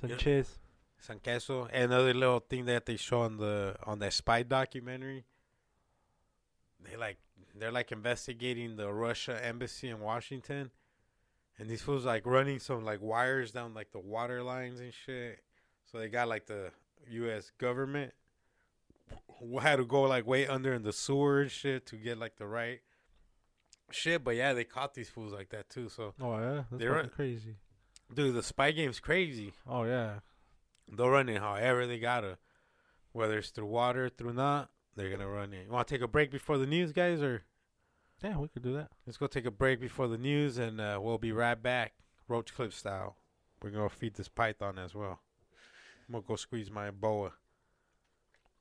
some
Yeah.
cheese.
San queso. Another little thing that they show on the on that spy documentary. They like they're like investigating the Russia embassy in Washington, and these fools like running some like wires down like the water lines and shit. So they got like the U.S. government who had to go like way under in the sewer and shit to get like the right shit. But yeah, they caught these fools like that too. So
Oh yeah, that's
They run-
fucking crazy.
dude, the spy game's crazy.
Oh yeah,
They'll run it however they gotta, whether it's through water, through not. They're gonna run it. You want to take a break before the news, guys, or
yeah, we could do that.
let's go take a break before the news, and uh, we'll be right back, roach clip style. We're gonna feed this python as well. I'm gonna go squeeze my boa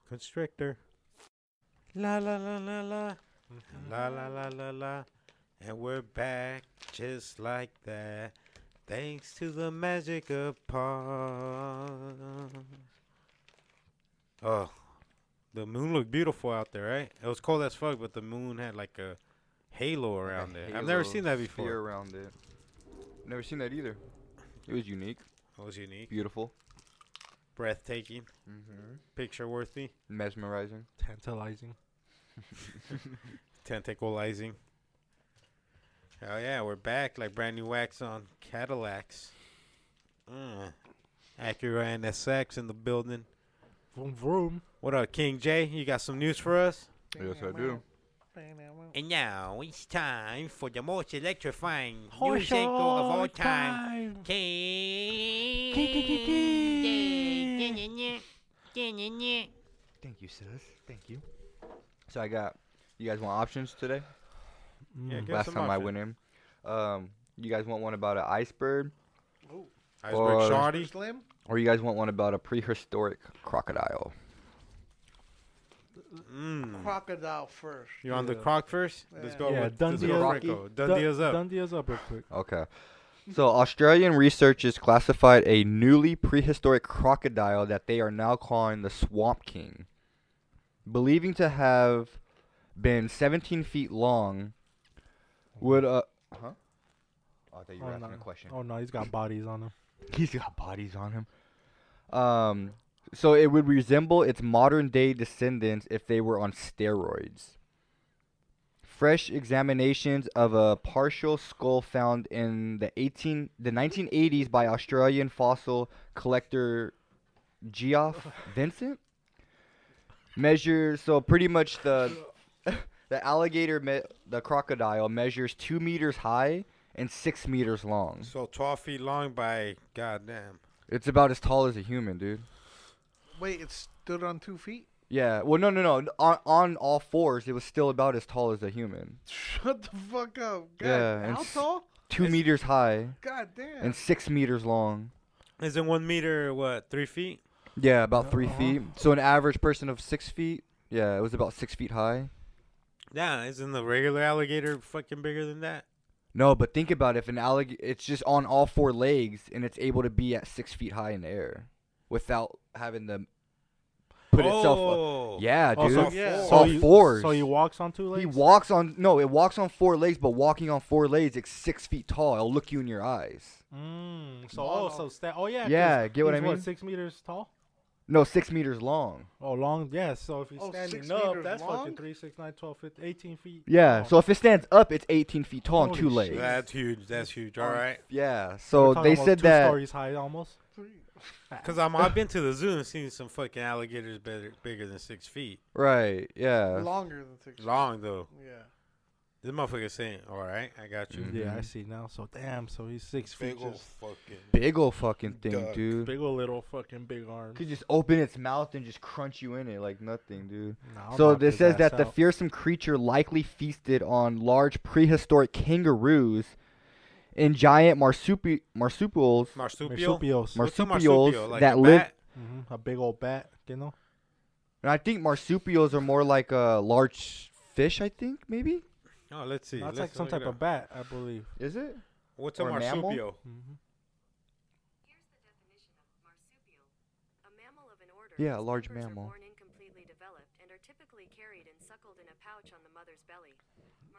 constrictor. La la la la la, la la la la la, and we're back just like that, thanks to the magic of pause. Oh, the moon looked beautiful out there, right? It was cold as fuck, but the moon had like a halo
Like a
around it. I've never
halo
seen that
sphere
before.
around it. Never seen that either. It was unique,
It was unique,
beautiful,
breathtaking,
mm-hmm.
picture worthy,
mesmerizing.
Tantalizing.
tentacleizing. Oh yeah, we're back like brand new wax on Cadillacs. Mm. Acura NSX in the building.
Vroom vroom.
What up, King J? You got some news for us?
Yes, I do.
And now it's time for the most electrifying
King.
Thank you, sis. Thank you. So I got. You guys want options today?
Yeah,
Mm.
give us
Last
some
time I
options.
went in. Um, you guys want one about an iceberg,
Iceberg
Or-
Shardy.
Slim?
or you guys want one about a prehistoric crocodile?
Mm.
Crocodile first.
You on the
Yeah.
croc first? Let's
Yeah.
go
Yeah,
with let's
Dundee
go
up.
Rocco.
Dun-
Dundee's up.
Dundee's up real quick.
Okay. So Australian researchers classified a newly prehistoric crocodile that they are now calling the Swamp King, believing to have been 17 feet long. Would uh huh? I thought you were
Oh,
asking
no.
a question.
Oh no, he's got bodies on him.
He's got bodies on him. Um, so it would resemble its modern day descendants if they were on steroids. Fresh examinations of a partial skull found in the 18 the 1980s by Australian fossil collector Geoff Vincent measures so pretty much the the alligator me- the crocodile measures 2 meters high and 6 meters long.
So 12 feet long by goddamn.
It's about as tall as a human, dude.
Wait, it stood on two feet?
Yeah. Well, no, no, no. N- On, on all fours, it was still about as tall as a human.
Shut the fuck up. God,
Yeah, and
how
s-
tall?
Two meters high
God damn.
and six meters long.
Is it one meter, what, three feet?
Yeah, about three
Uh-huh.
feet. So an average person of six feet. Yeah, it was about six feet high.
Yeah, isn't the regular alligator fucking bigger than that?
No, but think about it, if an alligator, it's just on all four legs and it's able to be at six feet high in the air without having to put itself.
oh.
Up. Yeah,
Oh,
dude.
so-
Yeah.
All
So
he-
fours.
So he walks on two legs.
He walks on no, it walks on four legs, but walking on four legs, it's six feet tall. It'll look you in your eyes.
Mm, so
Long
oh,
arm.
so sta- oh yeah. 'cause
Yeah, get what
he's
I mean?
six meters tall?
No, six meters long.
Oh, long. Yeah. So if he's
Oh, six
standing up,
meters
that's
long?
fucking three, six, nine, twelve, fifteen, eighteen feet. Oh,
Yeah.
long.
So if it stands up, it's 18 feet tall and
Holy
two
shit.
legs.
That's huge. That's huge. All right.
Yeah.
We're
So
talking
they
about
said
two
that.
stories high almost.
Because I'm I've been to the zoo and seen some fucking alligators better, bigger than six feet.
Right. Yeah.
Longer than six feet.
Long though.
Yeah.
This motherfucker's saying, "All right, I got you."
Mhm.
Yeah, I see now. So damn. So he's six feet.
Big ol'
just
fucking.
Big ol' fucking thing,
Duck.
dude.
Big old little fucking big arms.
Could just open its mouth and just crunch you in it like nothing, dude.
Nah, I'll
so
knock
this
his
says
ass
that the
out.
fearsome creature likely feasted on large prehistoric kangaroos and giant marsupi- marsupials.
Marsupial.
marsupials.
Mar-
What's a
marsupials that
a
live-
bat?
Mhm, A big old bat. You know.
and I think marsupials are more like a large fish, I think, maybe?
Oh, let's see.
That's
Let's
like some
look it
type of
up.
bat, I believe.
Is it?
What's a
or a mammal?
marsupial?
hmm
Here's the definition of marsupial. A mammal of an order.
Yeah, a
whose
large
members are
mammal.
Born incompletely developed and are typically carried in suckle pouch on the mother's belly.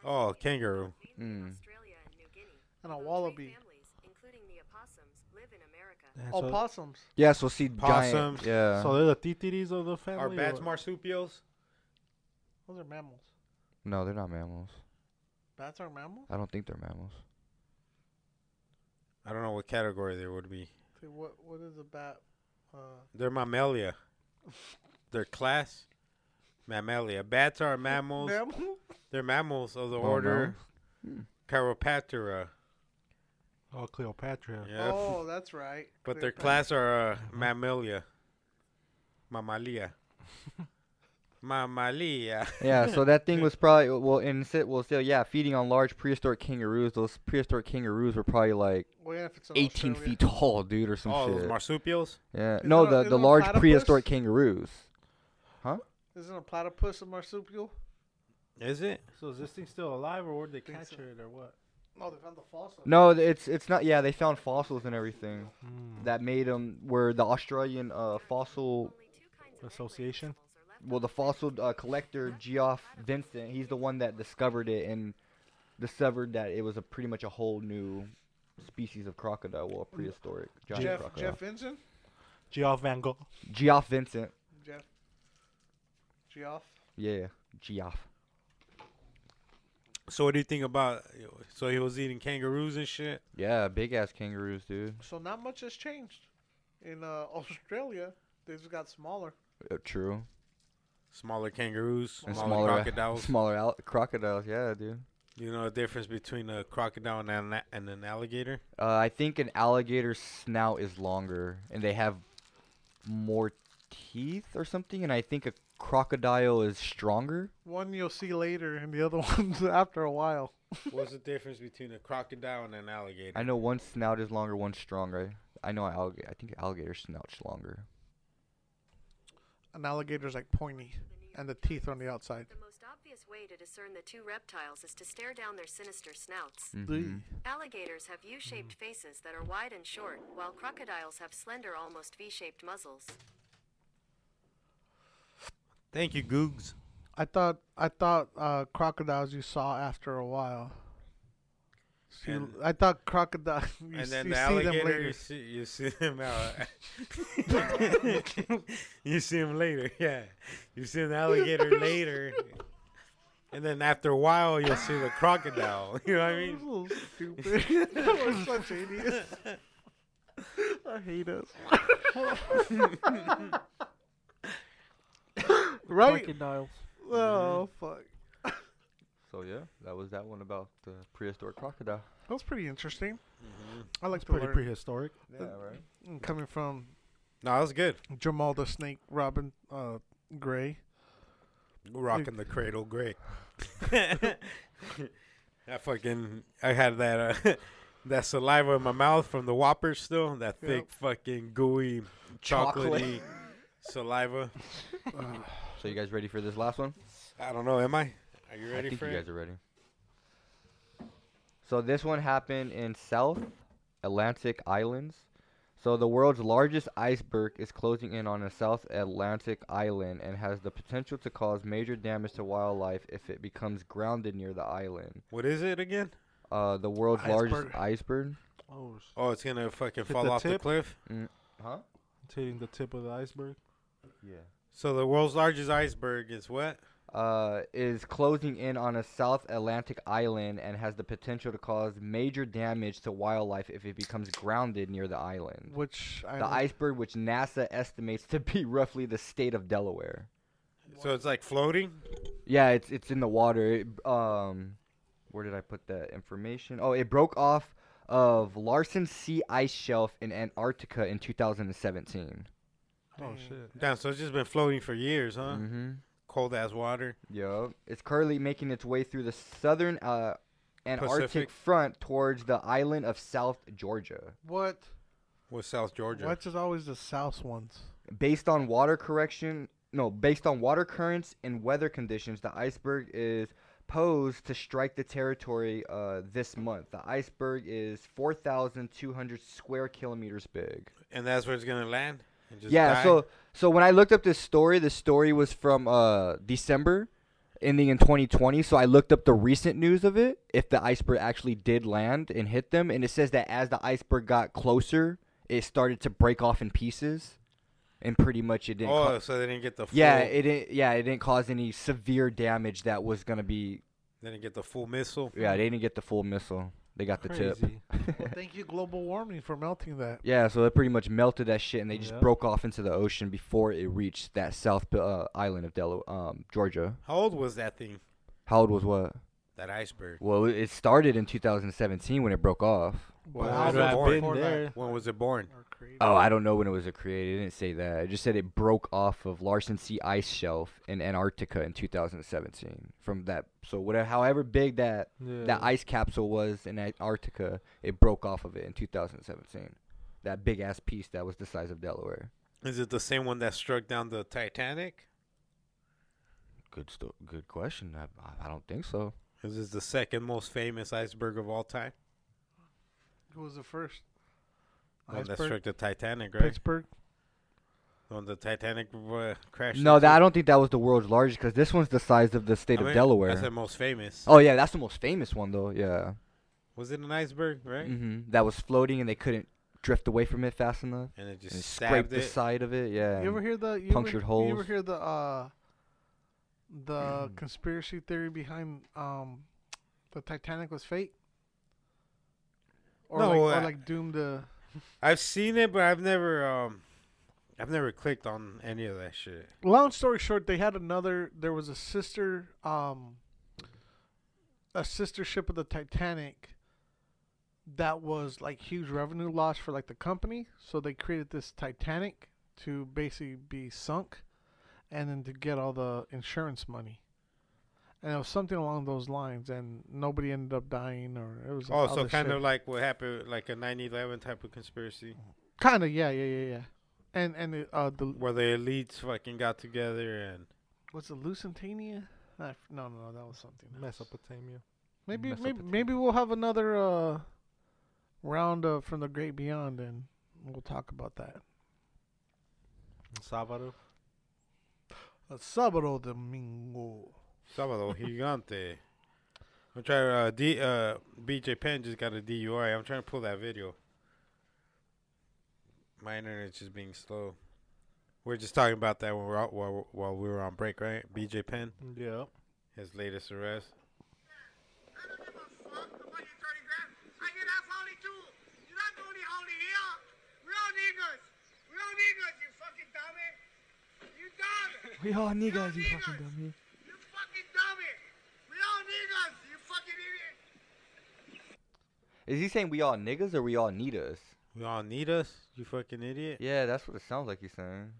Oh,
Marsupials,
kangaroo.
mainly in
Mm.
Australia and New Guinea.
And a
although
wallaby.
three families, including the opossums, live in America.
Yeah,
Oh,
so,
Opossums.
Yeah, so see
Possums.
giant. Yeah.
so they're the titiris of the family.
Are
or
bats
what?
marsupials?
Those are mammals.
no, they're not mammals.
Bats are mammals.
I don't think they're mammals.
I don't know what category they would be.
Say, what what is a bat? Uh,
They're mammalia. Their class, mammalia. Bats are mammals.
mammal.
They're mammals of the
Oh,
order
mammals?
Chiropatera.
Oh, Cleopatra.
Yeah.
Oh, that's right.
But their
Cleopatra.
class are uh,
Mm-hmm.
mammalia. Mammalia. mammalia.
Yeah, so that thing was probably well in sit well still yeah feeding on large prehistoric kangaroos. Those prehistoric kangaroos were probably like
Well, yeah, if it's in
18
Australia.
feet tall, dude, or some
Oh,
shit.
those marsupials?
yeah,
Is
no,
it a-
the
is
the
it a
large
platypus?
prehistoric kangaroos.
Isn't a platypus a marsupial?
Is it?
So is this thing still alive, or where they
Think
catch
so.
it, or what?
No, they found the fossil.
No, th- it's it's not. Yeah, they found fossils and everything
Hmm.
Mm.
that made them where the Australian uh, fossil
Only two kinds of land
Association?
animals are left
well the fossil uh, collector Geoff Vincent. He's the one that discovered it and discovered that it was a pretty much a whole new species of crocodile, well, prehistoric giant
Jeff
crocodile.
Jeff Vincent.
Geoff Van Gogh.
Geoff Vincent.
Jeff. Geoff.
Yeah, Geoff.
So what do you think about? So he was eating kangaroos and shit.
Yeah, big ass kangaroos, dude.
So not much has changed. In uh, Australia, they just got smaller.
Uh, true.
Smaller kangaroos, smaller,
And smaller
crocodiles.
Smaller al- crocodiles, yeah, dude.
you know the difference between a crocodile and an, and an alligator?
Uh, I think an alligator's snout is longer, and they have more teeth or something. And I think a crocodile is stronger.
One you'll see later, and the other one's after a while.
What's the difference between a crocodile and an alligator?
I know one snout is longer, one's stronger. I, I know alligator. I think alligator's snout's longer.
An alligator's like pointy, and the teeth are on the outside.
The most obvious way to discern the two reptiles is to stare down their sinister snouts.
Mm-hmm.
Mm-hmm.
Mhm.
Alligators have U-shaped
Hmm.
faces that are wide and short, while crocodiles have slender, almost V-shaped muzzles.
Thank you, Googs.
I thought I thought uh, crocodiles you saw after a while. So you-
And-
I thought crocodile. You,
and
s-
then
you
the
see them
alligator,
later.
you see, you see him out. you see him later, yeah. You see an alligator later, and then after a while, you'll see the crocodile. You know what I mean?
So stupid. We're such idiots. I hate us. right?
Crocodiles.
Oh fuck.
So yeah, that was that one about the prehistoric crocodile.
That was pretty interesting. I like
It's
to
pretty
learn.
prehistoric.
Yeah, right.
Mm, coming from
No, that was good.
Jamal the Snake Robin uh, Gray.
Rocking the cradle, great. I fucking, I had that uh, that saliva in my mouth from the Whopper still. That thick, fucking gooey,
Chocolate.
chocolatey saliva.
So you guys ready for this last one?
I don't know. Am I? Are you
I
ready
think
for
you
it?
guys are ready. So this one happened in South Atlantic Islands. So the world's largest iceberg is closing in on a South Atlantic island and has the potential to cause major damage to wildlife if it becomes grounded near the island.
What is it again?
Uh, the world's
Iceberg.
largest iceberg.
Oh, sh-
Oh, it's gonna fucking
Hit
fall
the
off the
tip.
cliff.
Huh?
it's hitting the tip of the iceberg.
Yeah.
So the world's largest iceberg is what?
Uh, is closing in on a South Atlantic island and has the potential to cause major damage to wildlife if it becomes grounded near the island.
Which I
the iceberg, which NASA estimates to be roughly the state of Delaware.
So it's like floating.
Yeah, it's it's in the water. It, um, where did I put that information? Oh, it broke off of Larsen Sea ice shelf in Antarctica in 2017.
Oh
Dang.
shit.
Damn. So it's just been floating for years, huh?
Mm-hmm.
Cold ass water.
Yup. It's currently making its way through the southern uh, Antarctic
Pacific.
front towards the island of South Georgia.
what?
With South Georgia.
What's is always the South ones?
based on water correction no based on water currents and weather conditions the iceberg is posed to strike the territory uh, this month the iceberg is 4200 square kilometers big
And that's where it's gonna land. and just
yeah
die? Oh,
so so when i looked up this story the story was from uh, december ending in 2020. So I looked up the recent news of it, if the iceberg actually did land and hit them, and it says that as the iceberg got closer, it started to break off in pieces, and pretty much it didn't.
Oh,
ca-
so they didn't get the full,
yeah, it didn't. Yeah, it didn't cause any severe damage that was gonna be.
they didn't get the full missile.
Yeah, they didn't get the full missile. They got the tip.
Crazy.
Well, thank you, global warming, for melting that.
Yeah, so they pretty much melted that shit, and they just
Yeah.
broke off into the ocean before it reached that South uh, Island of Delaware, um, Georgia.
How old was that thing?
How old was what?
That iceberg.
Well, it it started in 2017 when it broke off.
When
Wow.
was
Well,
it
I've
born?
been there.
When was it born?
Or created.
Oh, I don't know when it was created. It didn't say that. It just said it broke off of Larsen Sea ice shelf in Antarctica in 2017. From that, so whatever, however big that
Yeah.
that ice capsule was in Antarctica, it broke off of it in 2017. That big ass piece that was the size of Delaware.
Is it the same one that struck down the Titanic?
Good, sto- good question. I, I- I don't think so.
Is this the second most famous iceberg of all time?
Who was the first?
The one that
Iceberg?
struck the Titanic, right?
Pittsburgh.
The one the Titanic uh, crashed.
No,
into?
that, I don't think that was the world's largest because this one's the size of the state
I mean,
of
That's the
Delaware.
most famous.
Oh yeah, that's the most famous one though. Yeah.
Was it an iceberg, right?
hmm That was floating and they couldn't drift away from it fast enough.
And it just
And scraped
stabbed
the
it.
side of it. Yeah.
You ever
and-
hear the you
punctured
ever, You ever
holes.
hear the uh, the conspiracy theory behind um, the Titanic was fake? Or
No,
like, or
uh,
like doomed to.
I've seen it, but I've never, um, I've never clicked on any of that shit.
long story short, they had another. There was a sister, um, a sister ship of the Titanic. That was like huge revenue loss for like the company, so they created this Titanic to basically be sunk, and then to get all the insurance money. And it was something along those lines, and nobody ended up dying, or it was
Oh, so kind of like what happened, like a 9/11 type of conspiracy,
kind of yeah, yeah, yeah, yeah. And and it, uh, the
where the elites fucking got together and
was it Lusitania? I f- No, no, no, that was something. else.
Mesopotamia.
Maybe maybe,
Mesopotamia.
maybe we'll have another uh, round uh, from the great beyond, and we'll talk about that.
El Salvador.
Sábado domingo.
Sábado Gigante. I'm trying to, uh, D, uh, BJ Penn just got a DUI. I'm trying to pull that video. My internet's just being slow. We are just talking about that when we're out, while, while we were on break, right? BJ Penn,
Yeah.
his latest arrest.
I don't give a fuck about your dirty grab. I get off holy too. You're not the only holy here. We're all niggas. We're all niggas, you fucking dummy. You dumb.
We all niggas,
you fucking
dummy.
You fucking dummy. We all niggas, you fucking idiot.
Is he saying we all niggas or we all need us?
We all need us, you fucking idiot.
Yeah, that's what it sounds like he's saying.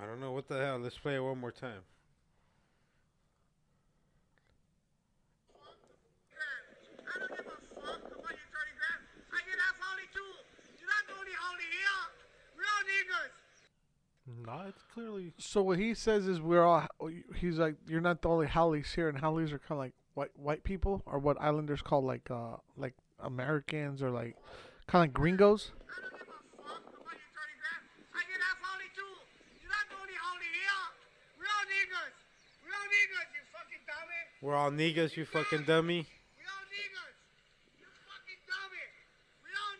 I don't know what the hell. Let's play it one more time.
I don't give a fuck about your dirty grab. I get off holy too. You're not the only holy here. We're all niggas.
No, it's clearly.
So what he says is we're all. He's like, you're not the only Howleys here, and Howleys are kind of like white white people, or what Islanders call like uh like Americans or like kind of like gringos.
I don't give a fuck about your dirty grab. I get off holy too. You're not the only holy here. We're all niggas. We're all niggas, you fucking dummy.
We're all niggas, you fucking dummy.
We all niggas. You fucking dummy.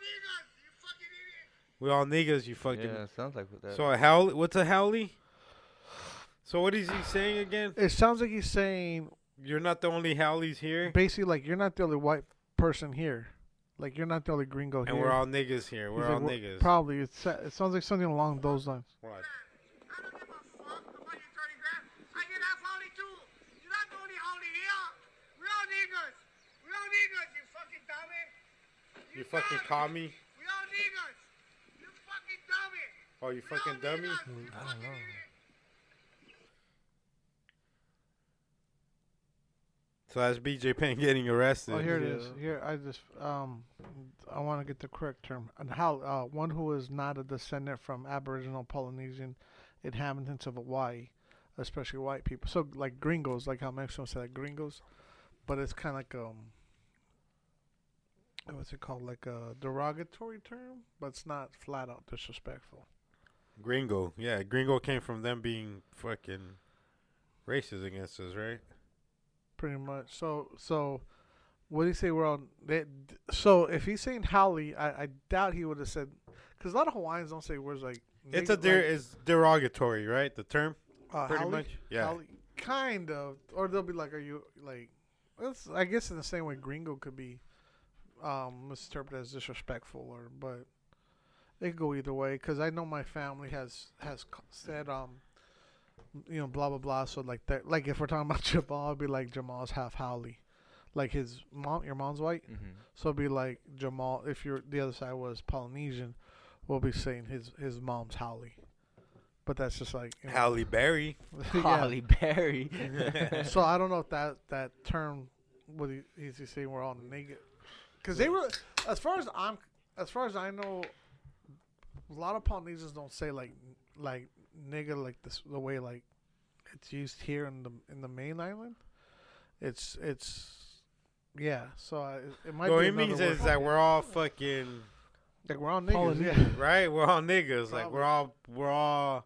We all niggas. You fucking idiot.
We all niggas, you fucking.
yeah, it sounds like what that.
So a howl. What's a howley? So what is he saying again?
It sounds like he's saying
You're not the only howleys here.
basically like you're not the only white person here, like you're not the only gringo here.
And we're all niggas here.
He's
We're
like,
all
"Well,
niggas.
Probably it's, it sounds like something along those lines.
Watch.
I don't give a fuck about your dirty grab. I get half holy too. You're not the only holy here. We all niggas. We all niggas. You fucking dummy.
You fucking
dummy.
commie.
We all niggas. You fucking dummy.
Oh, you
We all
fucking dummy.
niggas. You fucking idiot.
So that's BJ Penn getting arrested.
Oh, here it is. Here, I just um, I want to get the correct term. And how uh, one who is not a descendant from Aboriginal Polynesian inhabitants of Hawaii, especially white people. So like gringos, like how Mexicans say like gringos, but it's kind of like um, what's it called? Like a derogatory term, but it's not flat out disrespectful.
Gringo. Yeah, Gringo came from them being fucking racist against us, right?
pretty much. So so, what do you say? We're on that. So if he's saying Howley, I, I doubt he would have said because a lot of Hawaiians don't say words like
It's a
nigga,
der-
like,
it's derogatory, right? The term.
uh,
pretty
Howley?
much, yeah.
Howley? kind of, or they'll be like, "Are you like?" It's, I guess in the same way Gringo could be um, misinterpreted as disrespectful, or but it could go either way. Because I know my family has has c- said um. You know, blah blah blah. So like that, like if we're talking about Jamal, it'd be like Jamal's half Howley, like his mom, your mom's white.
Mm-hmm.
So it'd be like Jamal. If you're the other side was Polynesian, we'll be saying his his mom's Howley. But that's just like you know,
Halle Berry.
Mm-hmm.
yeah.
Holly Berry.
So I don't know if that that term what he, he's just saying we're all nigga, because they were as far as I'm as far as I know, a lot of Polynesians don't say like like nigga like this the way like it's used here in the in the main island. It's it's yeah. So I, it might
What
be
it
another
means
word.
is that we're all fucking
like we're all niggas. Yeah.
right. We're all niggas. Like
Probably.
we're all we're all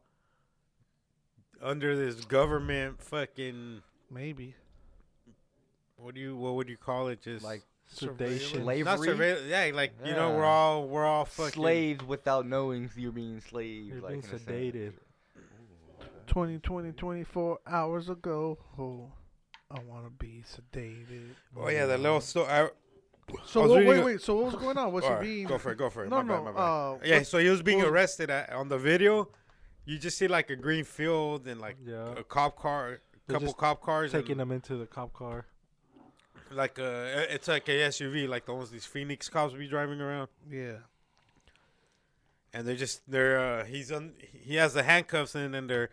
under this government fucking.
Maybe.
What do you what would you call it? Just
like
Sedation.
slavery.
not surveillance. Yeah, like you know we're
Yeah.
all we're all fucking.
slaves without knowing you're being slaves.
You're
like,
being
in a sense.
sedated.
20, 20, 24 hours ago. Oh, I want to be sedated.
Oh yeah, the little story. I,
So
was
what,
reading
wait,
a-
wait. So what was going on? Was he
Alright,
being?
Go for it. Go for it.
No,
my bad,
no,
my bad.
uh,
yeah,
what-
so he was being
what was-
arrested at, on the video. You just see like a green field and like
Yeah.
a cop car, a
They're
couple
Mm-hmm. just
cop cars,
Taking
and
them into the cop car.
like uh, a it's like a SUV, like the ones these Phoenix cops be driving around.
Yeah.
And they're just they're uh, he's on he has the handcuffs in and they're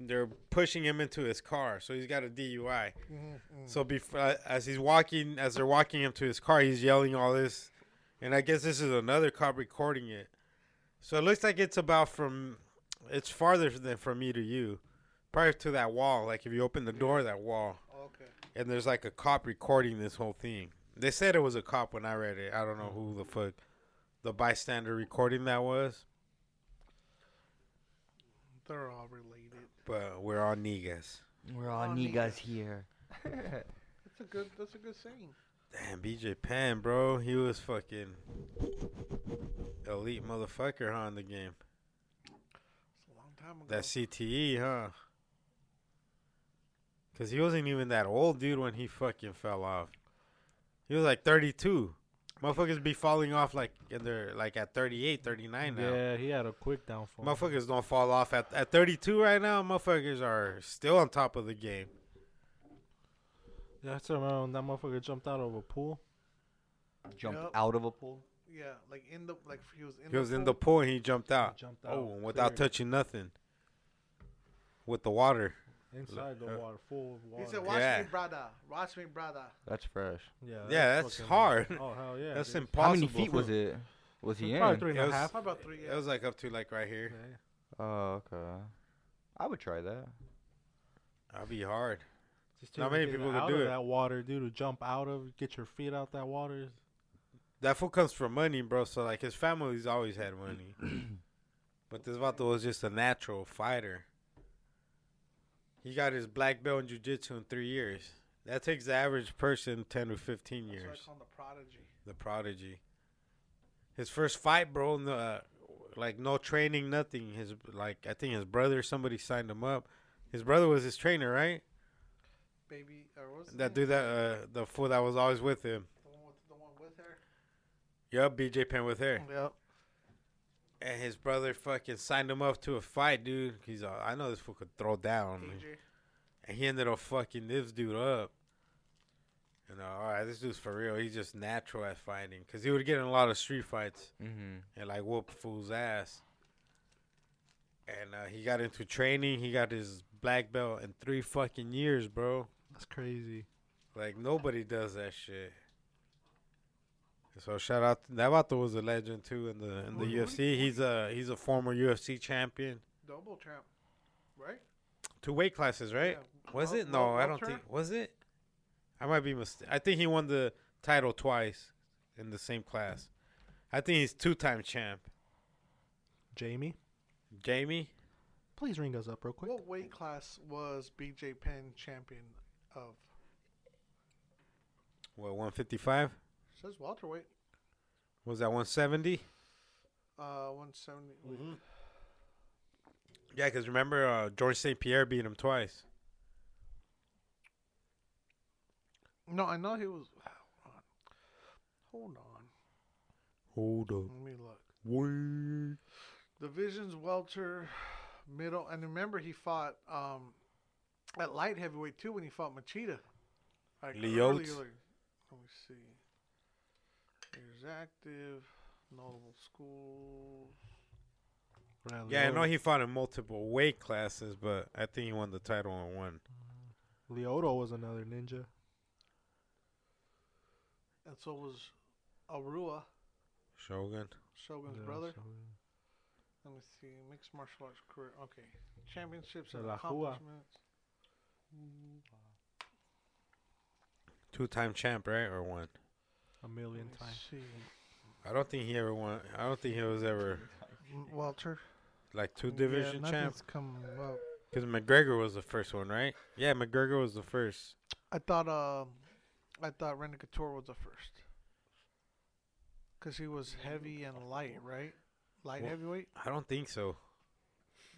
they're pushing him into his car, so he's got a DUI. So before, as he's walking, as they're walking him to his car, he's yelling all this, and I guess this is another cop recording it. So it looks like it's about from, it's farther than from me to you, prior to that wall. Like if you open the door, of that wall,
Okay.
and there's like a cop recording this whole thing. They said it was a cop when I read it. I don't know who the fuck, the bystander recording that was,
They're all related.
but we're all niggas.
We're all
All
niggas here.
That's a good. That's a good saying.
Damn, BJ Penn, bro, he was fucking elite motherfucker, huh, in the game.
It's a long time ago.
That CTE, huh? Cause he wasn't even that old, dude, when he fucking fell off. He was like 32. Motherfuckers be falling off like and they're like at 38, 39 now.
Yeah, he had a quick downfall.
Motherfuckers don't fall off at at 32 right now. Motherfuckers are still on top of the game.
Yeah, I still remember when that motherfucker jumped out of a pool.
Jumped
Yup.
out of a pool.
yeah, like in the like he was in.
He was in the
pool.
pool and he jumped out.
jumped
oh,
out
without
clear.
touching nothing. With the water.
Inside the
Uh,
water, full of water.
He said, "Watch
Yeah.
me, brother. Watch me, brother."
That's fresh.
yeah,
Yeah, that's hard.
Oh hell yeah,
That's
dude.
impossible.
How many feet was it? Was he
Probably
in?
three and
It
a
was-
half.
How about three?
It was like up to like right here.
Yeah.
Oh, okay. I would try that.
That'd be hard.
Just
Not
even
many
getting
people could
out
do
of
it.
That water, dude, to jump out of, get your feet out that water.
That fool comes from money, bro. So like his family's always had money. but this Vato was just a natural fighter. He got his black belt in jiu-jitsu in three years. That takes the average person ten to fifteen
That's what
years.
I call him the prodigy.
The prodigy. His first fight, bro, in the, like no training, nothing. His like I think his brother, somebody signed him up. His brother was his trainer, right?
Baby, or what was his
That
name?
dude, that uh, the fool that was always with him.
The one with the one with her.
Yup, BJ Penn with hair.
Yep.
And his brother fucking signed him up to a fight, dude. He's all, I know this fool could throw down.
DJ.
And he ended up fucking this dude up. And uh, all right, this dude's for real. He's just natural at fighting. Because he would get in a lot of street fights
Mm-hmm.
and like whoop fool's ass. And uh, he got into training. He got his black belt in three fucking years, bro.
That's crazy.
Like nobody does that shit. So shout out that Vato was a legend too in the in the
Oh, yeah.
UFC. He's a he's a former UFC champion.
Double champ. Right.
Two weight classes, right?
Yeah.
Was
Wel-
it? No,
wel-
I don't
welter?
think. Was it? I might be mistaken. I think he won the title twice in the same class. I think he's two time champ.
Jamie,
Jamie,
Please ring us up real quick.
What weight class was BJ Penn champion of?
What, 155?
Says welterweight.
Was that 170?
Uh, 170.
Mm-hmm. Yeah, because remember uh, George St. Pierre beat him twice.
No, I know he was. Hold on. Hold on.
Hold up.
Let me look.
Wait.
Divisions welter, middle, and remember he fought um at light heavyweight too when he fought Machida. Like
Lyote.
earlier- Let me see. Here's active, notable schools.
Yeah, I know he fought in multiple weight classes, but I think he won the title in one.
Leoto was another ninja.
And so was Arua,
Shogun.
Shogun's
Yeah,
brother.
so-
Let me see. Mixed martial arts career. Okay. Championships
De
and
la Rua.
accomplishments.
Two time champ, right? Or one?
A million
Let me
times.
see.
I don't think he ever won. I don't think he was ever
M- Welter.
like two division
yeah,
champ.
nothing's coming up.
Because McGregor was the first one, right? Yeah, McGregor was the first.
I thought um, I thought Randy Couture was the first, cause he was heavy and light, right? Light
Well-
heavyweight.
I don't think so.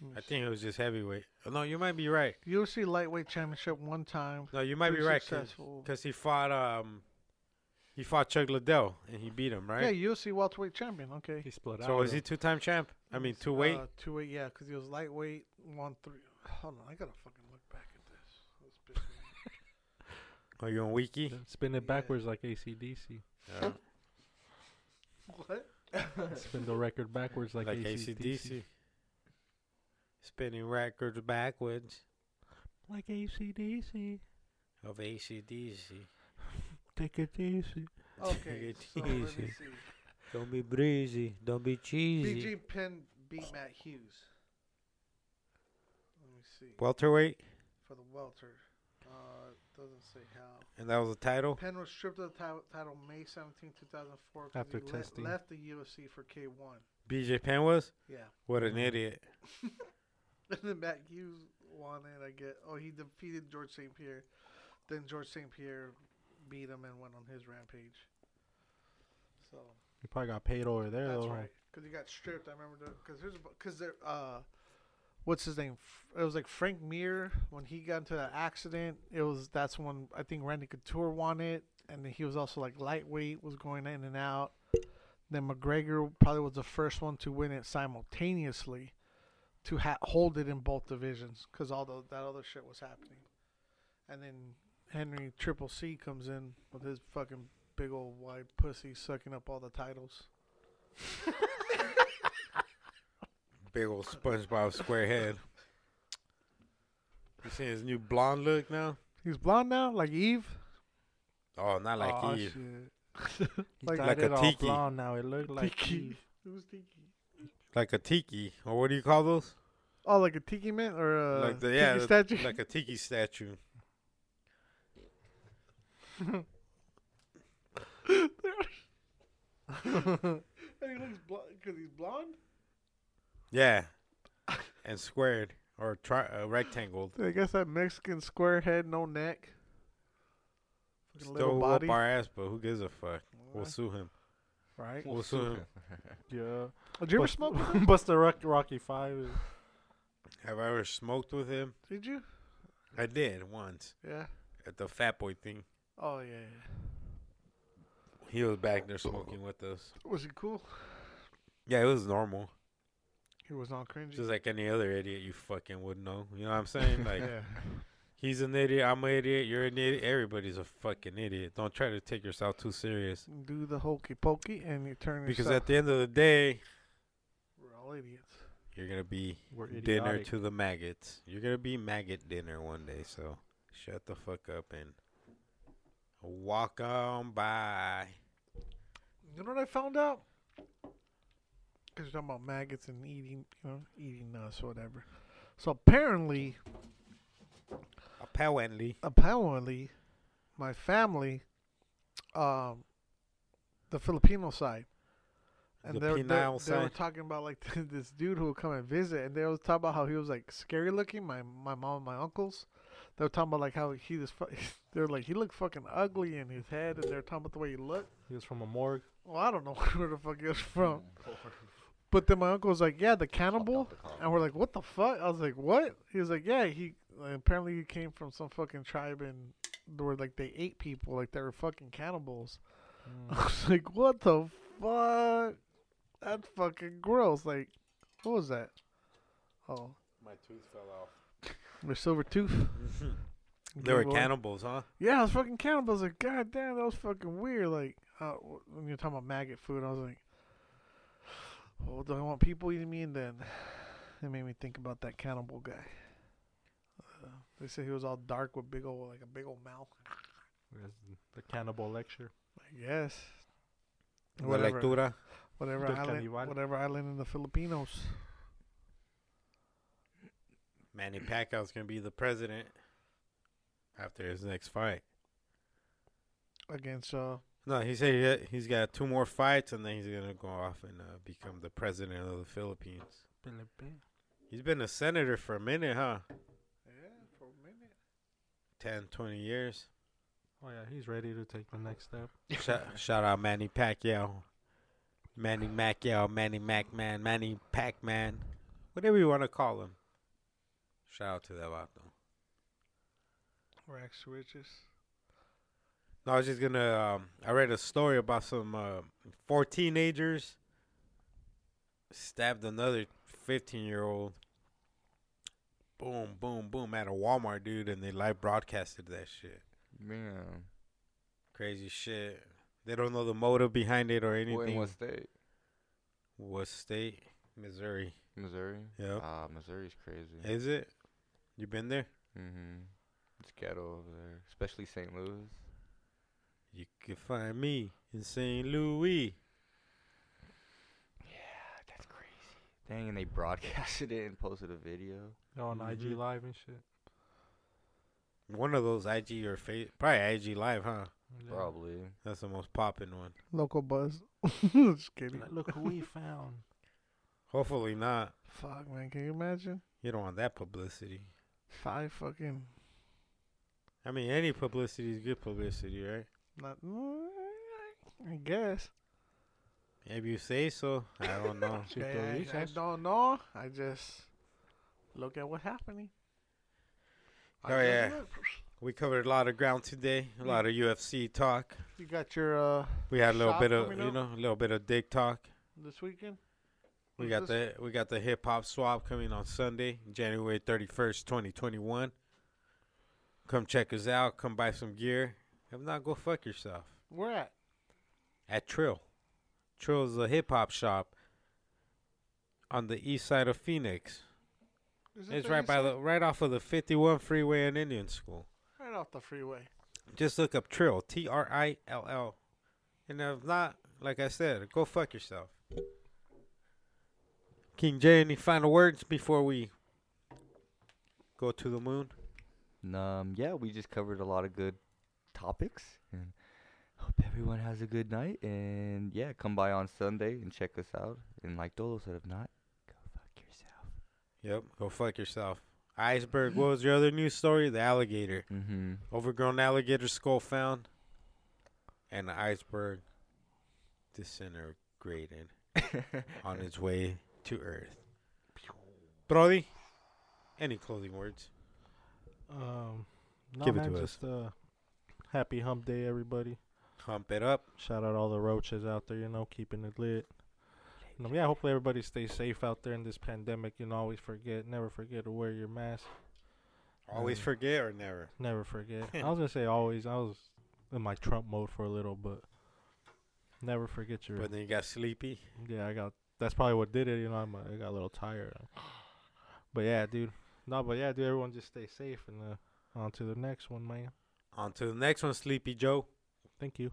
Let me
I
see.
think it was just heavyweight. Oh, No, you might be right.
UFC lightweight championship one time.
No, you might be
Pretty
right.
successful.
Because he fought um, he fought Chuck Liddell and he beat him, right?
Yeah, UFC welterweight champion. Okay.
He split out.
so is
though.
he two time champ? I mean, two weight.
Uh, two weight, yeah, cause he was lightweight one three. Hold on, I gotta fucking look back at this. this bitch.
Are you on wiki?
Yeah, Spin it
Yeah.
backwards like ACDC.
Yeah.
what?
Spin the record backwards like,
like
ACDC.
ACDC. Spinning records backwards
Like ACDC.
of ACDC.
Take it easy.
Okay. so let me
Easy.
see.
Don't be breezy. Don't be cheesy.
BG Penn beat Matt Hughes. Let me see.
Welterweight,
for the welter. Uh, it doesn't say how.
and that was the title.
Penn was stripped of the ti- title May 17, 2004 'cause
After
he le-
testing.
left the UFC for K1.
BJ Penn was.
Yeah.
What an idiot.
And then Matt Hughes won it, I get. Oh, he defeated George St. Pierre. Then George St. Pierre beat him and went on his rampage. So,
He probably got paid over there
that's
though.
right. Because he got stripped. I remember because because there uh, what's his name? F- It was like Frank Mir when he got into that accident. It was that's when I think Randy Couture won it, and then he was also like lightweight was going in and out. Then McGregor probably was the first one to win it simultaneously, to ha- hold it in both divisions because all the, that other shit was happening, and then Henry Triple C comes in with his fucking big old wide pussy sucking up all the titles.
Big old SpongeBob Squarehead. You seen his new blonde look now?
He's blonde now, like Eve.
Oh, not like
Aw,
Eve.
shit.
He
like
dyed
like a
it all
tiki.
blonde now. It looked like
tiki.
Eve.
Who's tiki?
Like a tiki, or what do you call those?
Oh, like a tiki mint or a
like the yeah,
tiki
the-
statue.
like a tiki statue.
and he looks blonde because he's blonde.
Yeah, and squared or tri- uh, rectangled.
I guess that Mexican square head, no neck, fucking little
Still
body.
up our ass, but who gives a fuck? We'll sue him.
Right?
We'll sue him.
Yeah.
Oh, Did you ever
Bust-
smoke?
Busta Rock- Rocky Five. is-
Have I ever smoked with him?
Did you?
I did once
Yeah.
at the Fat Boy thing.
Oh yeah. yeah.
He was back there smoking with us.
Was he cool?
Yeah, it was normal.
He was not cringy.
Just like any other idiot, you fucking would know. You know what I'm saying? Like,
yeah.
he's an idiot. I'm an idiot. You're an idiot. Everybody's a fucking idiot. Don't try to take yourself too serious.
Do the hokey pokey and you turn
Because
yourself.
at the end of the day,
We're all idiots.
you're gonna be
We're
dinner
idiotic.
to the maggots. You're gonna be maggot dinner one day. So shut the fuck up and walk on by.
You know what I found out? Because you're talking about maggots and eating, you know, eating us, whatever. So apparently,
Apparently,
apparently, my family, um, the Filipino side, and
The
they, were- they,
penile
they were
side.
talking about like this dude who would come and visit, and they was talking about how he was like scary looking. My my mom and my uncles, they were talking about like how he just fu- they're like he looked fucking ugly in his head, and they're talking about the way he looked.
He was from a morgue.
Well, I don't know where the fuck he was from. But then my uncle was like, "Yeah, the cannibal," and we're like, "What the fuck?" I was like, "What?" He was like, "Yeah, he apparently he came from some fucking tribe and where like they ate people, like they were fucking cannibals."
Hmm.
I was like, "What the fuck?" That's fucking gross. Like, what was that? Oh,
My tooth fell off.
my silver tooth.
They Mm-hmm. were
Google it.
cannibals, huh?
Yeah, I was fucking cannibals. Like, god damn, that was fucking weird. Like, uh, wh- when you're talking about maggot food, I was like, well, do I want people eating me? And then it made me think about that cannibal guy. Uh, they said he was all dark with big old, like a big old mouth.
That's The cannibal lecture.
I guess.
La
Whatever,
lectura.
whatever,
del
island,
canibal.
whatever island in the Filipinos.
Manny Pacquiao's gonna be the president after his next fight.
Against, uh,
No, he said he had- he's got two more fights and then he's gonna go off and uh, become the president of the Philippines. He's been a senator for a minute, huh?
yeah, for a minute.
10, 20 years.
Oh yeah, he's ready to take the
Oh.
next step.
shout, shout out Manny Pacquiao, Manny Macquiao, Manny Macman, Manny Pacman, whatever you want to call him. Shout out to that vato.
Racks to riches.
No, I was just gonna. Um, I read a story about some uh, four teenagers stabbed another fifteen-year-old. Boom, boom, boom at a Walmart, dude, and they live broadcasted that shit.
Man.
Crazy shit. They don't know the motive behind it or
What, in
anything.
what
Was
state?
what state? Missouri.
Missouri?
Yep.
Ah, Missouri's crazy.
Is it? You been there?
Mm-hmm. It's ghetto over there, especially St. Louis.
You can find me in St. Louis.
That's crazy. Dang, and they broadcasted it and posted a video.
Go on IG
Mhm.
live and shit.
One of those IG or face, probably IG Live, huh?
Yeah.
Probably.
That's the most popping one.
Local buzz. Just kidding.
Like, Look who we found.
Hopefully not.
Fuck, man, can you imagine?
You don't want that publicity.
Five fucking
I mean, any publicity is good publicity, right?
Not, mm, I guess.
If you say so, I don't know.
Shit,
I-
though,
I-
these
I,
guys-
don't know. I just look at what's happening. I
Oh,
just
yeah.
look.
we covered a lot of ground today. A lot of UFC talk.
You got your uh
We had a little
Shop
bit of,
coming
you
up?
know, a little bit of dick talk.
this weekend.
We
Who's
got
this?
the we got the hip hop swap coming on Sunday, January thirty first, twenty twenty one. Come check us out. Come buy some gear. If not, go fuck yourself.
Where at?
At Trill, Trill's a hip hop shop on the east side of Phoenix.
Is it
It's
the
right
east
by
side?
the right off of the fifty one freeway and Indian School.
right off the freeway.
Just look up Trill, T R I L L. And if not, like I said, go fuck yourself. King J, any final words before we go to the moon?
Um, yeah, we just covered a lot of good topics. And hope everyone has a good night. And yeah, come by on Sunday and check us out. And like Dolo said, if not, go fuck yourself.
Yep, go fuck yourself. Iceberg, what was your other news story? The alligator.
Mm-hmm.
Overgrown alligator skull found. And the iceberg disintegrated
Mm-hmm.
on its way to Earth. Brody, any closing words?
Um, no,
Give it
man,
to us.
just uh, happy hump day, everybody.
Hump it up.
Shout out all the roaches out there, you know, keeping it lit. You know, yeah, hopefully everybody stays safe out there in this pandemic. You know, always forget, never forget to wear your mask.
Always
Mm.
forget or never.
Never forget. I was gonna say always. I was in my Trump mode for a little, but never forget your.
But then you got sleepy.
yeah, I got. That's probably what did it. You know, I'm, I got a little tired. But yeah, dude. No, but yeah, dude. Everyone just stay safe and uh, on to the next one, man.
On to the next one, Sleepy Joe.
Thank you.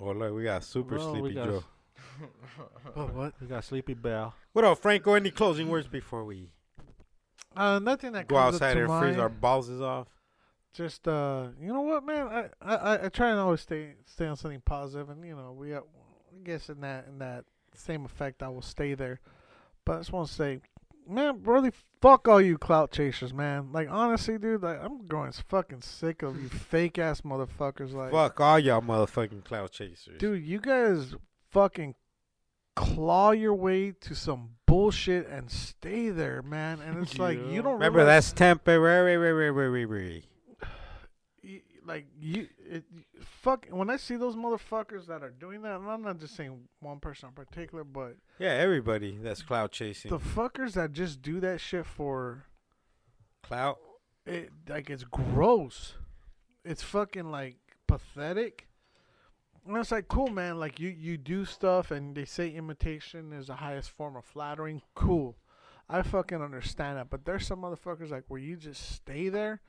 Oh, look, we got Super
Well, we
Sleepy
got-
Joe.
But what?
We got Sleepy Bell.
What up, Franco? Any closing words before we
Uh, nothing that
go
comes up
outside
to
and freeze
mind.
our balls off?
Just uh, you know what, man? I, I I- I try and always stay stay on something positive, and you know we got I guess in that in that same effect, I will stay there. But I just want to say, man, really fuck all you clout chasers, man. Like honestly, dude, like I'm growing fucking sick of you fake ass motherfuckers. Like,
Fuck all y'all motherfucking cloud chasers.
dude, you guys fucking claw your way to some bullshit and stay there, man. And it's like
Yeah.
you don't
Remember,
realize-
that's temporary.
y- like you it, fuck when i see those motherfuckers that are doing that and i'm not just saying one person in particular but
Yeah, everybody that's cloud chasing.
the fuckers that just do that shit for
clout.
it like it's gross it's fucking like pathetic and it's like cool man like you you do stuff and they say imitation is the highest form of flattering cool i fucking understand that but there's some motherfuckers like where you just stay there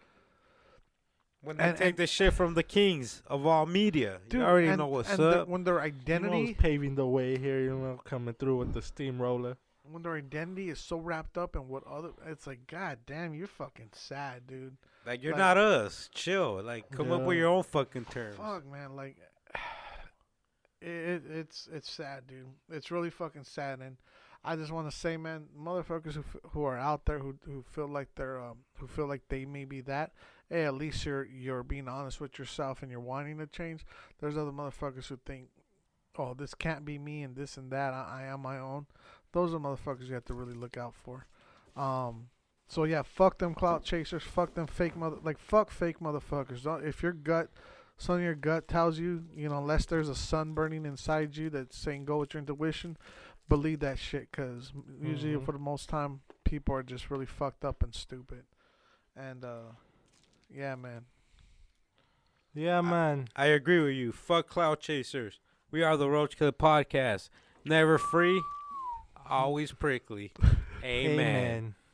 When they
And-
take
and-
the shit from the kings of all media,
dude
you already
and-
know what's
and the-
up.
when their
You know,
identity
it's paving the way here. You know, coming through with the steamroller.
when their identity is so wrapped up in what other it's like god damn you're fucking sad dude
like you're
like-
not us. Chill. Like come up with
Yeah.
your own fucking terms.
fuck man like it, it, it's it's sad dude it's really fucking sad and i just want to say man motherfuckers who, f- who are out there who, who feel like they're um, who feel like they may be that hey at least you're you're being honest with yourself and you're wanting to change there's other motherfuckers who think oh this can't be me and this and that i, I am my own those are motherfuckers you have to really look out for um So yeah, fuck them clout chasers. Fuck them fake mother. Like fuck fake motherfuckers. Don't if your gut, son of your gut tells you, you know, unless there's a sun burning inside you that's saying go with your intuition, believe that shit. Cause usually
Mhm.
for the most time, people are just really fucked up and stupid. And uh, yeah, man.
Yeah, man.
I agree with you. Fuck cloud chasers. We are the Roach Killer Podcast. Never free, always prickly. Amen.
Amen.